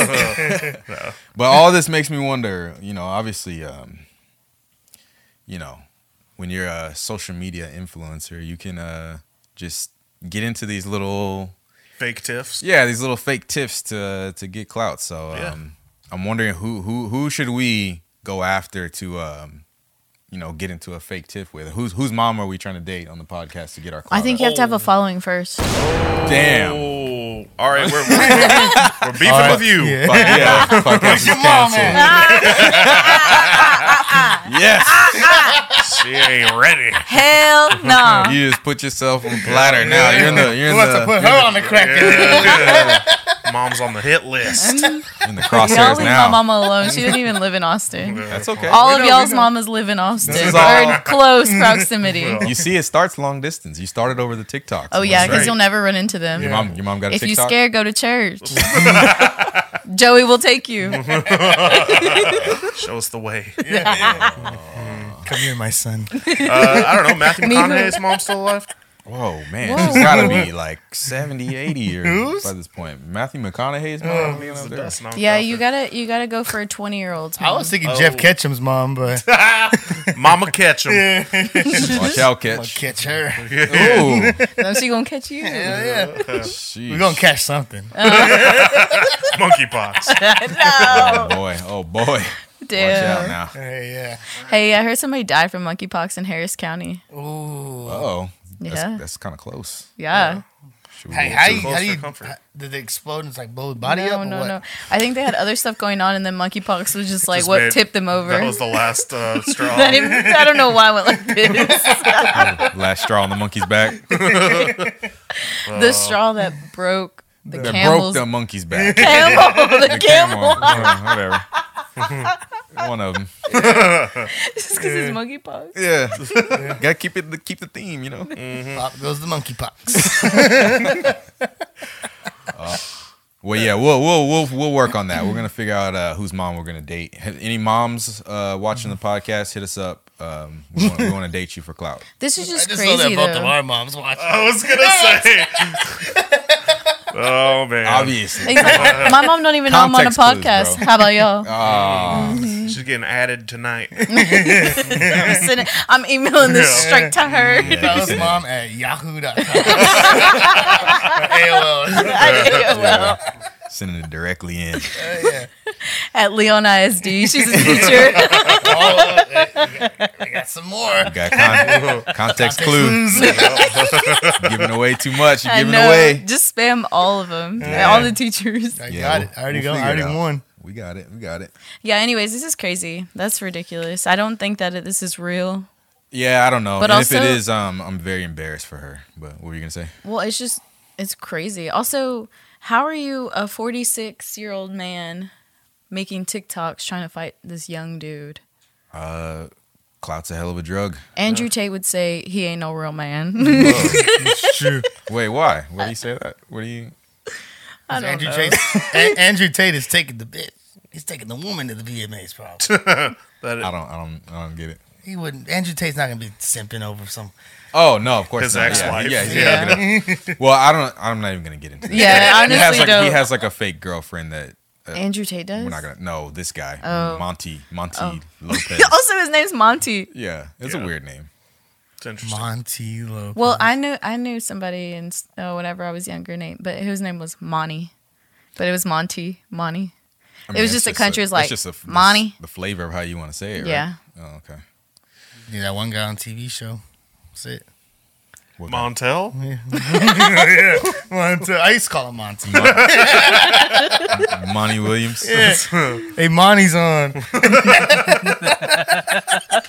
A: But all this makes me wonder, you know, obviously, um, you know, when you're a social media influencer, you can uh, just get into these little,
D: Fake tiffs.
A: yeah, these little fake tips to to get clout. So um,
D: Yeah.
A: I'm wondering who who who should we go after to, um, you know, get into a fake tip with? Who's whose mom are we trying to date on the podcast to get our? Clout
C: I think you
A: up?
C: have to have a following first.
A: damn.
D: Oh, all right, we're, we're, we're beefing with you.
B: yeah.
A: Fuck yeah, podcast is canceled.
C: Ah,
A: Yes,
D: She ain't ready.
C: Hell no.
A: you just put yourself on the platter now. You're in the you're in
B: Who wants to
A: the
B: put her on the crack?
D: Yeah. mom's on the hit list.
A: in the
C: Mm-hmm. Y'all
A: crosshairs
C: leave my
A: now.
C: mama alone. She doesn't even live in Austin.
A: That's okay.
C: All
A: You
C: of
A: know,
C: y'all's
A: you know.
C: mamas live in Austin
A: is
C: or
A: all-
C: in close proximity.
A: You see, it starts long distance. You started over the TikToks.
C: Oh yeah, because
D: right.
C: you'll never run into them.
A: Your mom, your mom got a
C: If you
A: TikTok.
C: scared, go to church. Joey will take you.
D: Show us the way.
B: Come here, my son.
D: Uh, I don't know. Matthew
C: Me neither.
D: McConaughey's mom's still alive.
A: Whoa, man,
C: Whoa.
A: she's gotta be like 70, 80 or
B: Who's?
A: by this point. Matthew
B: Oh,
A: McConaughey's mom. being up
D: It's the
A: there.
D: best
C: Yeah,
D: nonprofit.
C: you gotta you gotta go for a twenty year old.
B: I was thinking Jeff Ketchum's mom, but
D: Mama catch him.
A: Watch out,
B: I'll
A: catch.
B: catch her.
A: Ooh,
C: No, she gonna catch you.
A: sheesh.
B: We're gonna catch something.
D: Monkeypox.
A: Oh boy, oh boy. Watch out
C: Damn.
A: now.
B: Hey, yeah.
C: Hey, I heard somebody died from monkeypox in Harris County.
B: Ooh.
A: Oh,
C: Yeah.
A: that's, that's kind of close.
C: Yeah.
A: Should we
B: Hey,
A: go
B: how,
A: to-
B: you,
D: close
B: how
D: for
B: do you?
D: comfort.
B: how- did they explode and just like blow his body
C: no,
B: up? or
C: no,
B: what?
C: no. I think they had other stuff going on, and then monkeypox was just like
D: Just
C: what
D: made-
C: tipped them over.
D: That was the last uh, straw.
C: I didn't- I don't know why I went like this.
A: last straw on the monkey's back?
C: the straw that broke the
A: That broke
C: Campbell's.
A: the monkey's back.
C: Camel, the camel.
A: Yeah, whatever. One of them.
C: Just because it's monkeypox.
A: Yeah. Gotta keep it. Keep the theme, you know.
B: Pop goes the monkeypox.
A: Well, yeah, we'll we'll we'll we'll work on that. We're gonna figure out uh, whose mom we're gonna date. Ha- Any moms uh, watching the podcast, hit us up. Um, we want to date you for clout.
C: This is
B: I
C: just
B: just
C: crazy
B: saw that both of
C: though.
B: our moms watching.
D: I was gonna say. oh man,
A: Obviously,
C: Exactly. My mom don't even know I'm on a
A: Context clues,
C: podcast.
A: bro.
C: How about y'all?
A: oh,
D: she's getting added tonight.
C: I'm, sending, I'm emailing this
D: Yeah.
C: straight to her.
B: Tell us mom at yahoo.com. AOL.
C: AOL.
A: sending it directly in.
C: At Leon ISD. She's a teacher.
B: We got some more.
A: Got con- context clues. giving away too much. You're
C: I
A: giving
C: know.
A: away.
C: Just spam all of them.
A: Yeah.
C: All the teachers.
B: I
A: Yeah,
B: got
A: we'll-
B: it. I already
A: we'll
B: go. I
A: figure it
B: already
A: out.
B: won.
A: We got it. We got it.
C: Yeah, anyways, this is crazy. That's ridiculous. I don't think that it, this is real.
A: Yeah, I don't know.
C: But
A: and if it
C: also-
A: is, um, I'm very embarrassed for her. But what were you gonna say?
C: Well, it's just, it's crazy. Also, how are you, a 46 year old man, making TikToks trying to fight this young dude?
A: Uh, clout's a hell of a drug.
C: Andrew Tate would say he ain't no real man.
B: It's true.
A: Wait, why? Why do you say that? What do you?
C: I don't
B: Andrew
C: know.
B: Tate, A- Andrew Tate is taking the bit. He's taking the woman to the VMAs, probably.
D: That
A: I don't. I don't. I don't get it.
B: He wouldn't. Andrew Tate's not gonna be simping over some.
A: Oh no, of course
D: his
A: not.
D: ex-wife.
A: Yeah, yeah, he's
C: Yeah.
A: not gonna- Well, I don't. I'm not even gonna get into. That.
C: Yeah, I
A: he has
C: honestly
A: like
C: don't.
A: he has like a fake girlfriend that
C: Andrew Tate does?
A: we're not gonna. No, this guy
C: Oh.
A: Monty Monty Lopez.
C: Yeah, also, his name's Monty.
A: yeah, it's
D: Yeah.
A: a weird name.
D: It's interesting.
B: Monty Lopez.
C: Well, I knew I knew somebody in s- oh, whenever I was younger, name, but whose name was Monty, but it was Monty Monty.
A: I
C: was
A: it's
C: just a country, it's
A: it's
C: like,
A: f-
C: Monty.
A: The flavor of how you want to say it. right?
C: Yeah.
A: Oh, okay.
B: yeah, that one guy on TV show. That's it.
A: What guy?
D: Montel.
B: Monty. I used to call him Monty.
A: Monty Williams.
D: uh,
B: hey, Monty's on.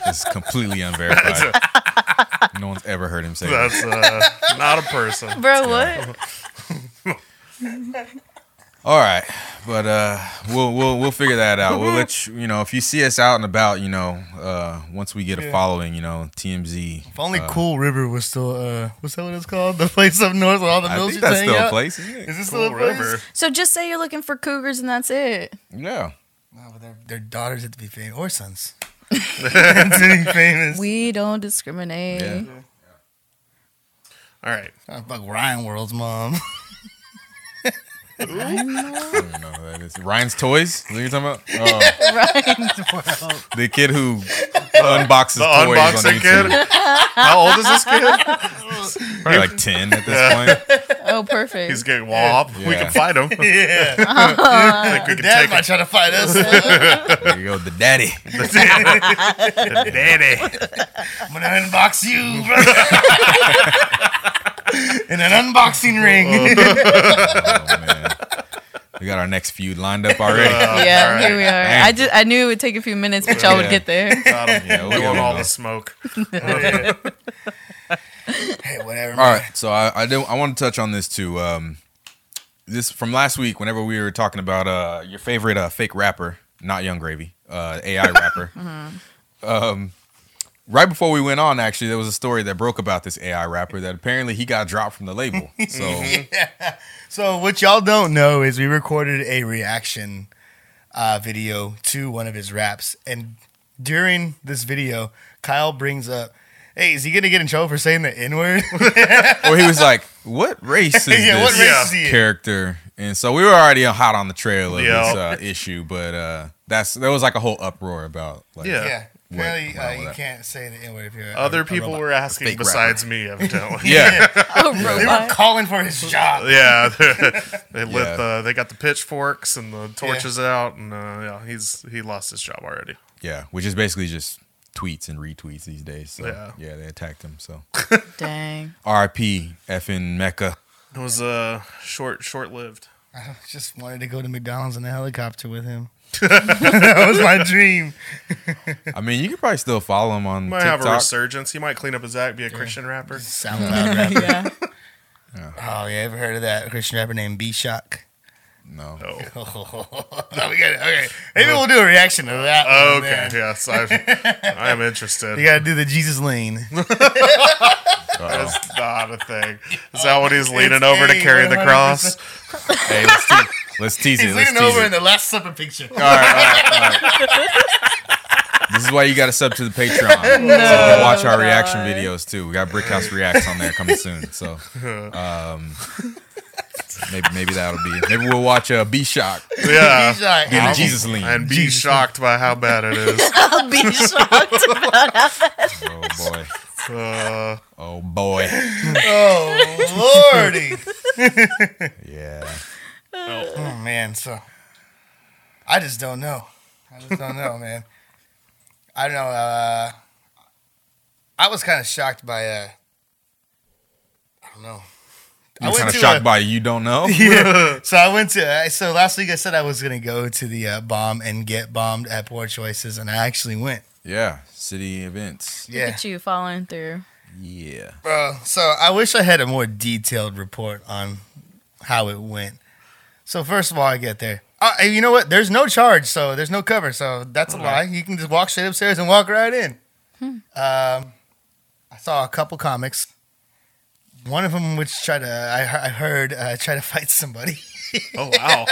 A: It's completely unverified. no one's ever heard him say that.
D: That's uh, not a person.
C: Bro, what?
A: All right, but uh, we'll we'll we'll figure that out. We'll let you, you know if you see us out and about. You know, uh, once we get a following, you know, TMZ.
B: If only Cool River was still. Uh, what's that? What it's called? The place up north where all the
A: I
B: mills
A: think
B: are
A: that's
B: hang
A: still a
B: out?
A: place, isn't
B: Is
A: it?
B: this still a
D: Cool
B: place?
D: river.
C: So just say you're looking for cougars and that's it.
A: Yeah.
B: No, but their, their daughters have to be famous or sons. to be famous.
C: We don't discriminate.
A: Yeah.
D: All right.
B: Oh, fuck Ryan World's mom.
A: I don't even know who that is. Ryan's Toys? Is that what you're talking about? Oh, the kid who unboxes
D: The
A: toys on
D: unboxing
A: YouTube.
D: kid. How old is this kid?
A: Probably like 10 at this point.
C: Oh, perfect.
D: He's getting wallop. We
A: Yeah.
D: can fight him. I
B: yeah.
D: think we can
B: Dad
D: take
B: might
D: him.
B: try to fight us. I'm
A: There you go, the daddy.
D: Daddy.
B: gonna unbox you, brother. In an unboxing ring.
A: Oh, man. We got our next feud lined up already.
C: yeah, here we are.
A: Dang.
C: I just I knew it would take a few minutes, but y'all would
A: Yeah.
C: get there.
D: Got him.
A: Yeah, we
D: Doing
A: got
D: all
A: it.
D: the smoke.
B: hey, whatever.
A: All right, so I, I, do, I want to touch on this too. Um, this from last week. Whenever we were talking about uh, your favorite uh, fake rapper, not Young Gravy, uh, AI rapper. um,
B: Mm-hmm.
A: right before we went on, actually, there was a story that broke about this AI rapper that apparently he got dropped from the label. So
B: So what y'all don't know is we recorded a reaction uh, video to one of his raps, and during this video, Kyle brings up, "Hey, is he gonna get in trouble for saying the N word?"
A: or he was like, "What race is
B: Yeah, what
A: this
B: race is he in?
A: character?" And so we were already hot on the trail of
D: Yeah.
A: this uh, issue, but uh, that's there was like a whole uproar about like
D: Yeah.
B: yeah,
A: What-
B: apparently
A: wow,
B: uh, you
A: that-
B: can't say the N word if you're a-
D: Other
B: a
D: people
B: robot.
D: were asking
A: fake rapper.
D: besides me, evidently.
A: yeah.
C: Oh,
B: They were
C: robot.
B: calling for his job.
D: yeah, they lit
A: Yeah.
D: the they got the pitchforks and the torches out, and uh, yeah, he's he lost his job already.
A: Yeah, which is basically just tweets and retweets these days. So,
D: Yeah.
A: yeah, they attacked him. So
C: Dang.
A: RP effing Mecca.
D: It was uh short short lived.
B: I just wanted to go to McDonald's in a helicopter with him. that was my dream.
A: I mean, you could probably still follow him on
D: Might have a
A: TikTok.
D: resurgence. He might clean up his act, be a Christian rapper.
B: SoundCloud rapper.
C: yeah.
B: Oh yeah, ever heard of that Christian rapper named B Shock?
A: No,
D: No.
B: no, we got it. Okay, maybe we'll do a reaction to that. one,
D: Okay,
B: man.
D: yes, I, I am interested.
B: You gotta do the Jesus lean.
A: Uh-oh.
D: That's not a thing. Is that what he's leaning
B: It's
D: over to
B: a
D: carry the cross?
B: 100%.
A: hey, let's, te- let's tease
B: He's
A: it. Let's
B: leaning
A: tease
B: over in
A: it.
B: the Last Supper picture.
A: All right, all right, all right. This is why you got to sub to the Patreon. so you can watch our reaction
C: God.
A: videos too. We got Brickhouse reacts on there coming soon. So, um, maybe maybe that'll be. Maybe we'll watch uh, B Shock
D: Yeah.
B: He's like,
A: get
B: I'm-
A: a Jesus lean.
D: And be shocked by how bad it is.
C: I'll be shocked.
A: Oh boy,
D: Uh,
A: oh boy,
B: oh lordy!
A: yeah.
B: Oh man, so I just don't know. I just don't know, man. I don't know. Uh, I was kind of shocked by. Uh, I don't know. I
A: I'm
B: went
A: kind of
B: to
A: shocked
B: a-
A: by it. you don't know.
B: Yeah. so I went to I- so last week I said I was gonna go to the uh, bomb and get bombed at Poor Choices, and I actually went.
A: Yeah, city events.
C: Look at you following through.
A: Yeah.
B: Bro, so I wish I had a more detailed report on how it went. So first of all, I get there. Uh, and you know what? There's no charge, so there's no cover, so that's a lie. You can just walk straight upstairs and walk right in. Um, I saw a couple comics. One of them, which tried to, I, he- I heard, uh, try to fight somebody.
D: oh wow.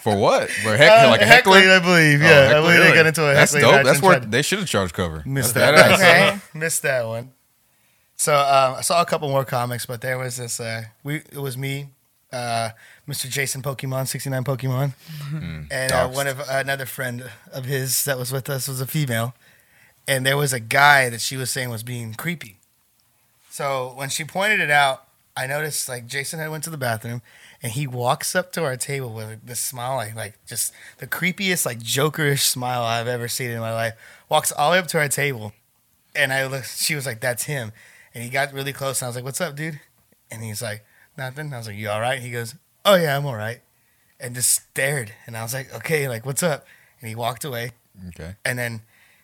A: For what? For heck, like a heckler.
B: Uh, Heckling, I believe. Yeah, I
A: heckling.
B: believe they
D: Really?
B: got into a
A: That's
B: heckling
A: dope.
B: match
A: That's
B: and
A: where
B: tried to-
A: they should have charged cover.
B: Missed
A: That's
B: that.
A: badass.
C: Okay.
B: Missed that one. So um, I saw a couple more comics, but there was this. Uh, we it was me, uh, Mr. Jason Pokemon sixty nine Pokemon, and uh,
A: doxed.
B: one of another friend of his that was with us was a female, and there was a guy that she was saying was being creepy. So when she pointed it out, I noticed like Jason had went to the bathroom, and he walks up to our table with this smile, like, like just the creepiest, like jokerish smile I've ever seen in my life. Walks all the way up to our table, and I looked. She was like, "That's him," and he got really close, and I was like, "What's up, dude?" And he's like, "Nothing." I was like, "You all right?" He goes, "Oh yeah, I'm all right," and just stared, and I was like, "Okay, like what's up?" And he walked away,
A: Okay.
B: and then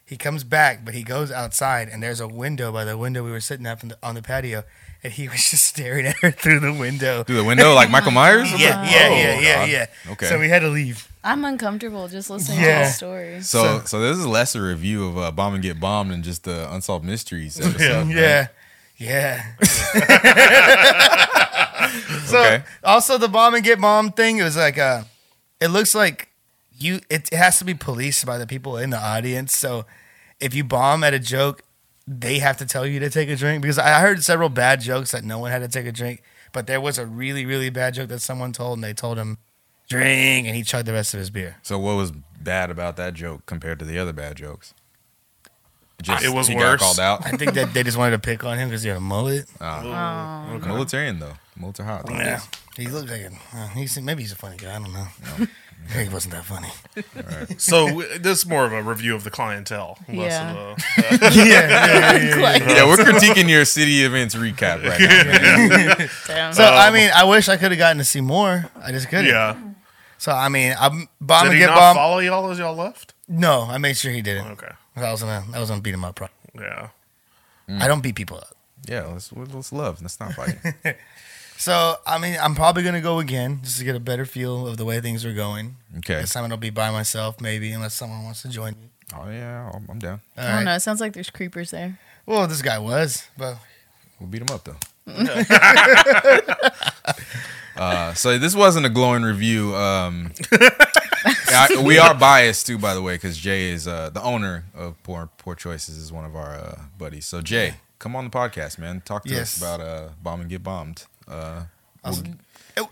B: he comes back, but he goes outside, and there's a window by the window we were sitting up in the, on the patio, and he was just staring at her through the window.
A: Through the window, like Michael Myers.
B: Yeah,
A: Oh,
B: yeah, yeah, yeah,
A: God.
B: yeah.
A: Okay.
B: So we had to leave.
C: I'm uncomfortable just listening
B: Yeah.
C: to the story.
A: So, so this is less a review of uh, bomb and get bombed and just the unsolved mysteries. Episode, right?
B: Yeah. Yeah. so
A: Okay.
B: also the bomb and get bomb thing, it was like uh it looks like you it, it has to be policed by the people in the audience. So if you bomb at a joke, they have to tell you to take a drink because I heard several bad jokes that no one had to take a drink, but there was a really, really bad joke that someone told and they told him drink and he chugged the rest of his beer.
A: So, what was bad about that joke compared to the other bad jokes? Just
D: It was
A: he Got
D: worse.
A: called out.
B: I think that they just wanted to pick on him because he had a mullet.
A: Militarian though. Military hot.
B: Yeah. He looked like a, uh, he's, maybe he's a funny guy. I don't know. he wasn't that funny.
D: So w- this is more of a review of the clientele. less
C: Yeah.
D: of a-
B: yeah, yeah, yeah.
A: Yeah, we're critiquing your city events recap right now.
C: Damn.
B: So I mean, I wish I could have gotten to see more. I just couldn't.
D: yeah.
B: So I mean, I'm bomb
D: Did
B: and
D: he
B: get
D: not
B: bomb.
D: follow y'all as y'all left?
B: No, I made sure he didn't.
D: Okay.
B: I was gonna, I was gonna beat him up. Bro.
D: Yeah.
B: I don't beat people up.
A: Yeah, let's let's love. Let's not fight.
B: So I mean, I'm probably gonna go again just to get a better feel of the way things are going.
A: Okay.
B: This time it'll be by myself, maybe, unless someone wants to join me.
A: Oh yeah, I'm- I'm down.
B: All
C: I don't
B: right.
C: know. It sounds like there's creepers there.
B: Well, this guy was, but
A: We'll beat him up though. uh, so this wasn't a glowing review. Um, I- we are biased too, by the way, because Jay is uh, the owner of Poor Poor Choices is one of our uh, buddies. So Jay, come on the podcast, man. Talk to
B: Yes.
A: us about uh, bomb and get bombed. Uh,
B: it-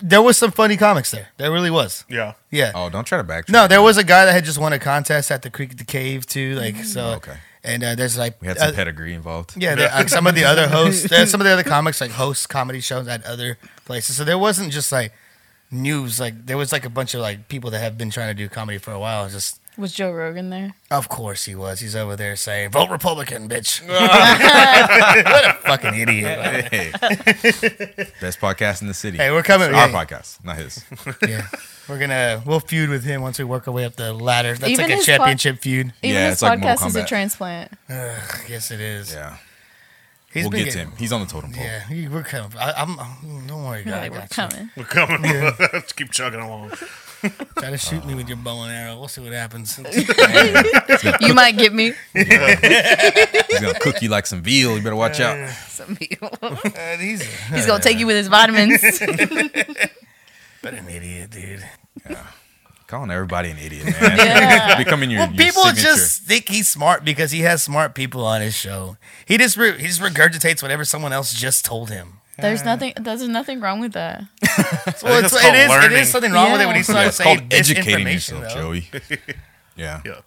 B: there was some funny comics there. There really was.
D: Yeah.
B: Yeah.
A: oh, don't try to backtrack.
B: No, there was a guy that had just won a contest at the Creek at the Cave too. Like so.
A: Mm. Okay.
B: And uh, there's like
A: we had some
B: uh,
A: pedigree involved.
B: Yeah, there, like some of the other hosts, there's some of the other comics like host comedy shows at other places. So there wasn't just like news. Like there was like a bunch of like people that have been trying to do comedy for a while. Just
C: Was Joe Rogan there?
B: of course he was. He's over there saying vote Republican, bitch. what a fucking idiot.
A: Hey. Best podcast in the city.
B: Hey, we're coming.
A: It's our
B: yeah,
A: podcast, not his.
B: yeah. We're gonna we'll feud with him once we work our way up the ladder. That's
C: Even
B: like a
C: his pod-
B: championship feud.
C: Even
A: Yeah,
C: his
A: it's like Mortal
C: podcast is a
A: Kombat.
C: transplant.
B: Yes, it is.
A: Yeah,
B: He's
A: we'll
B: been
A: get to
B: getting-
A: him. He's on the totem pole.
B: Yeah, he- we're coming. I, I'm, I'm- Don't worry, guys.
C: Like, we're coming.
D: We're coming. Let's keep chugging along.
B: Try to shoot me with your bow and arrow. We'll see what happens.
C: You might get me
A: He's gonna cook you like some veal. You better watch out.
C: some people.
B: Uh, he's
C: He's gonna take you with his vitamins.
B: but an idiot, dude.
A: Calling everybody an idiot, man. Becoming your, your
B: People
A: signature.
B: just think he's smart because he has smart people on his show. He just re- he just regurgitates whatever someone else just told him.
C: There's nothing. There's nothing wrong with that.
B: Well, it's,
D: that's
B: it
D: called
B: is it
D: learning.
B: is something wrong with it when he's
C: Yeah.
A: yeah,
B: trying to
A: it's
B: say
A: called educating
B: disinformation,
A: yourself,
B: though.
A: Joey. Yeah.
D: Yeah.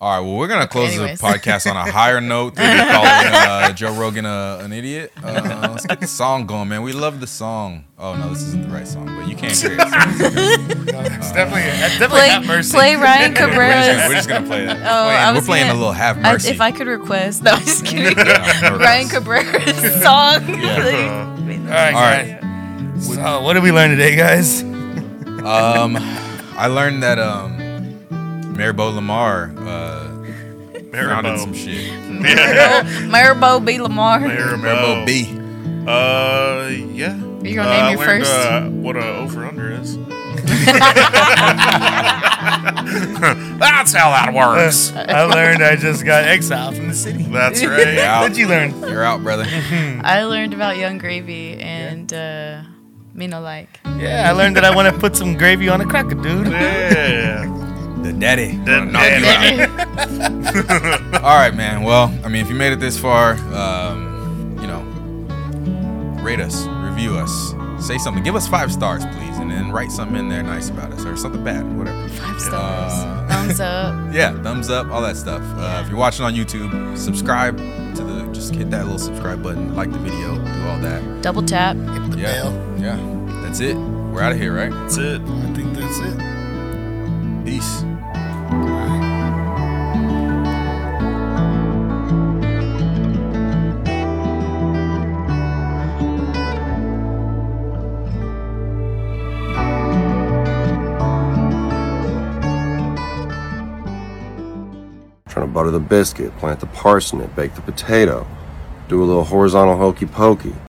A: All right. Well, we're gonna close
C: anyways.
A: the podcast on a higher note than we're calling uh, Joe Rogan uh, an idiot. Uh, let's get the song going, man. We love the song. Oh no, this isn't the right song, but you can't hear it. so we're
B: It's definitely that's definitely
C: Play,
B: not mercy.
C: play Ryan
A: just gonna- we're
C: Cabrera's.
A: just gonna play that.
C: Oh, I
A: we're
C: was
A: playing
C: gonna-
A: a little have
C: I,
A: mercy.
C: if I could request, no, I'm just kidding.
A: Yeah,
C: Ryan Cabrera's song.
B: All right,
A: All right.
B: guys. So, what did we learn today, guys?
A: Um, I learned that um, Maribo Lamar uh, founded some
D: Maribo.
A: shit.
C: Maribo B. Lamar.
A: Maribo
D: Maribo.
A: B.
D: Uh, yeah.
C: You gonna name
D: uh,
C: your
D: I learned,
C: first?
D: Uh, what a over under is. That's how that works.
B: I learned I just got exiled from the city.
D: That's right.
A: You're out.
B: What'd you learn?
A: You're out, brother.
C: I learned about Young Gravy and uh, Me No Like.
B: Yeah, I learned that I want to put some gravy on a cracker, dude.
D: Yeah.
A: The daddy.
D: The
A: Knock you
D: daddy.
A: out. All right, man. Well, I mean, if you made it this far, um, you know, rate us, review us, say something, give us five stars, please, and then write something in there nice about us or something bad, whatever.
C: Five stars.
A: Uh,
C: Thumbs up.
A: Yeah, thumbs up, all that stuff. Uh, if you're watching on YouTube, subscribe to the. Just hit that little subscribe button, like the video, do all that.
C: Double tap.
A: yeah,
B: bell.
A: yeah. That's it. We're out of here, right?
D: That's it.
B: I think that's it.
A: Peace.
F: Trying to butter the biscuit, plant the parsnip, bake the potato, do a little horizontal hokey pokey.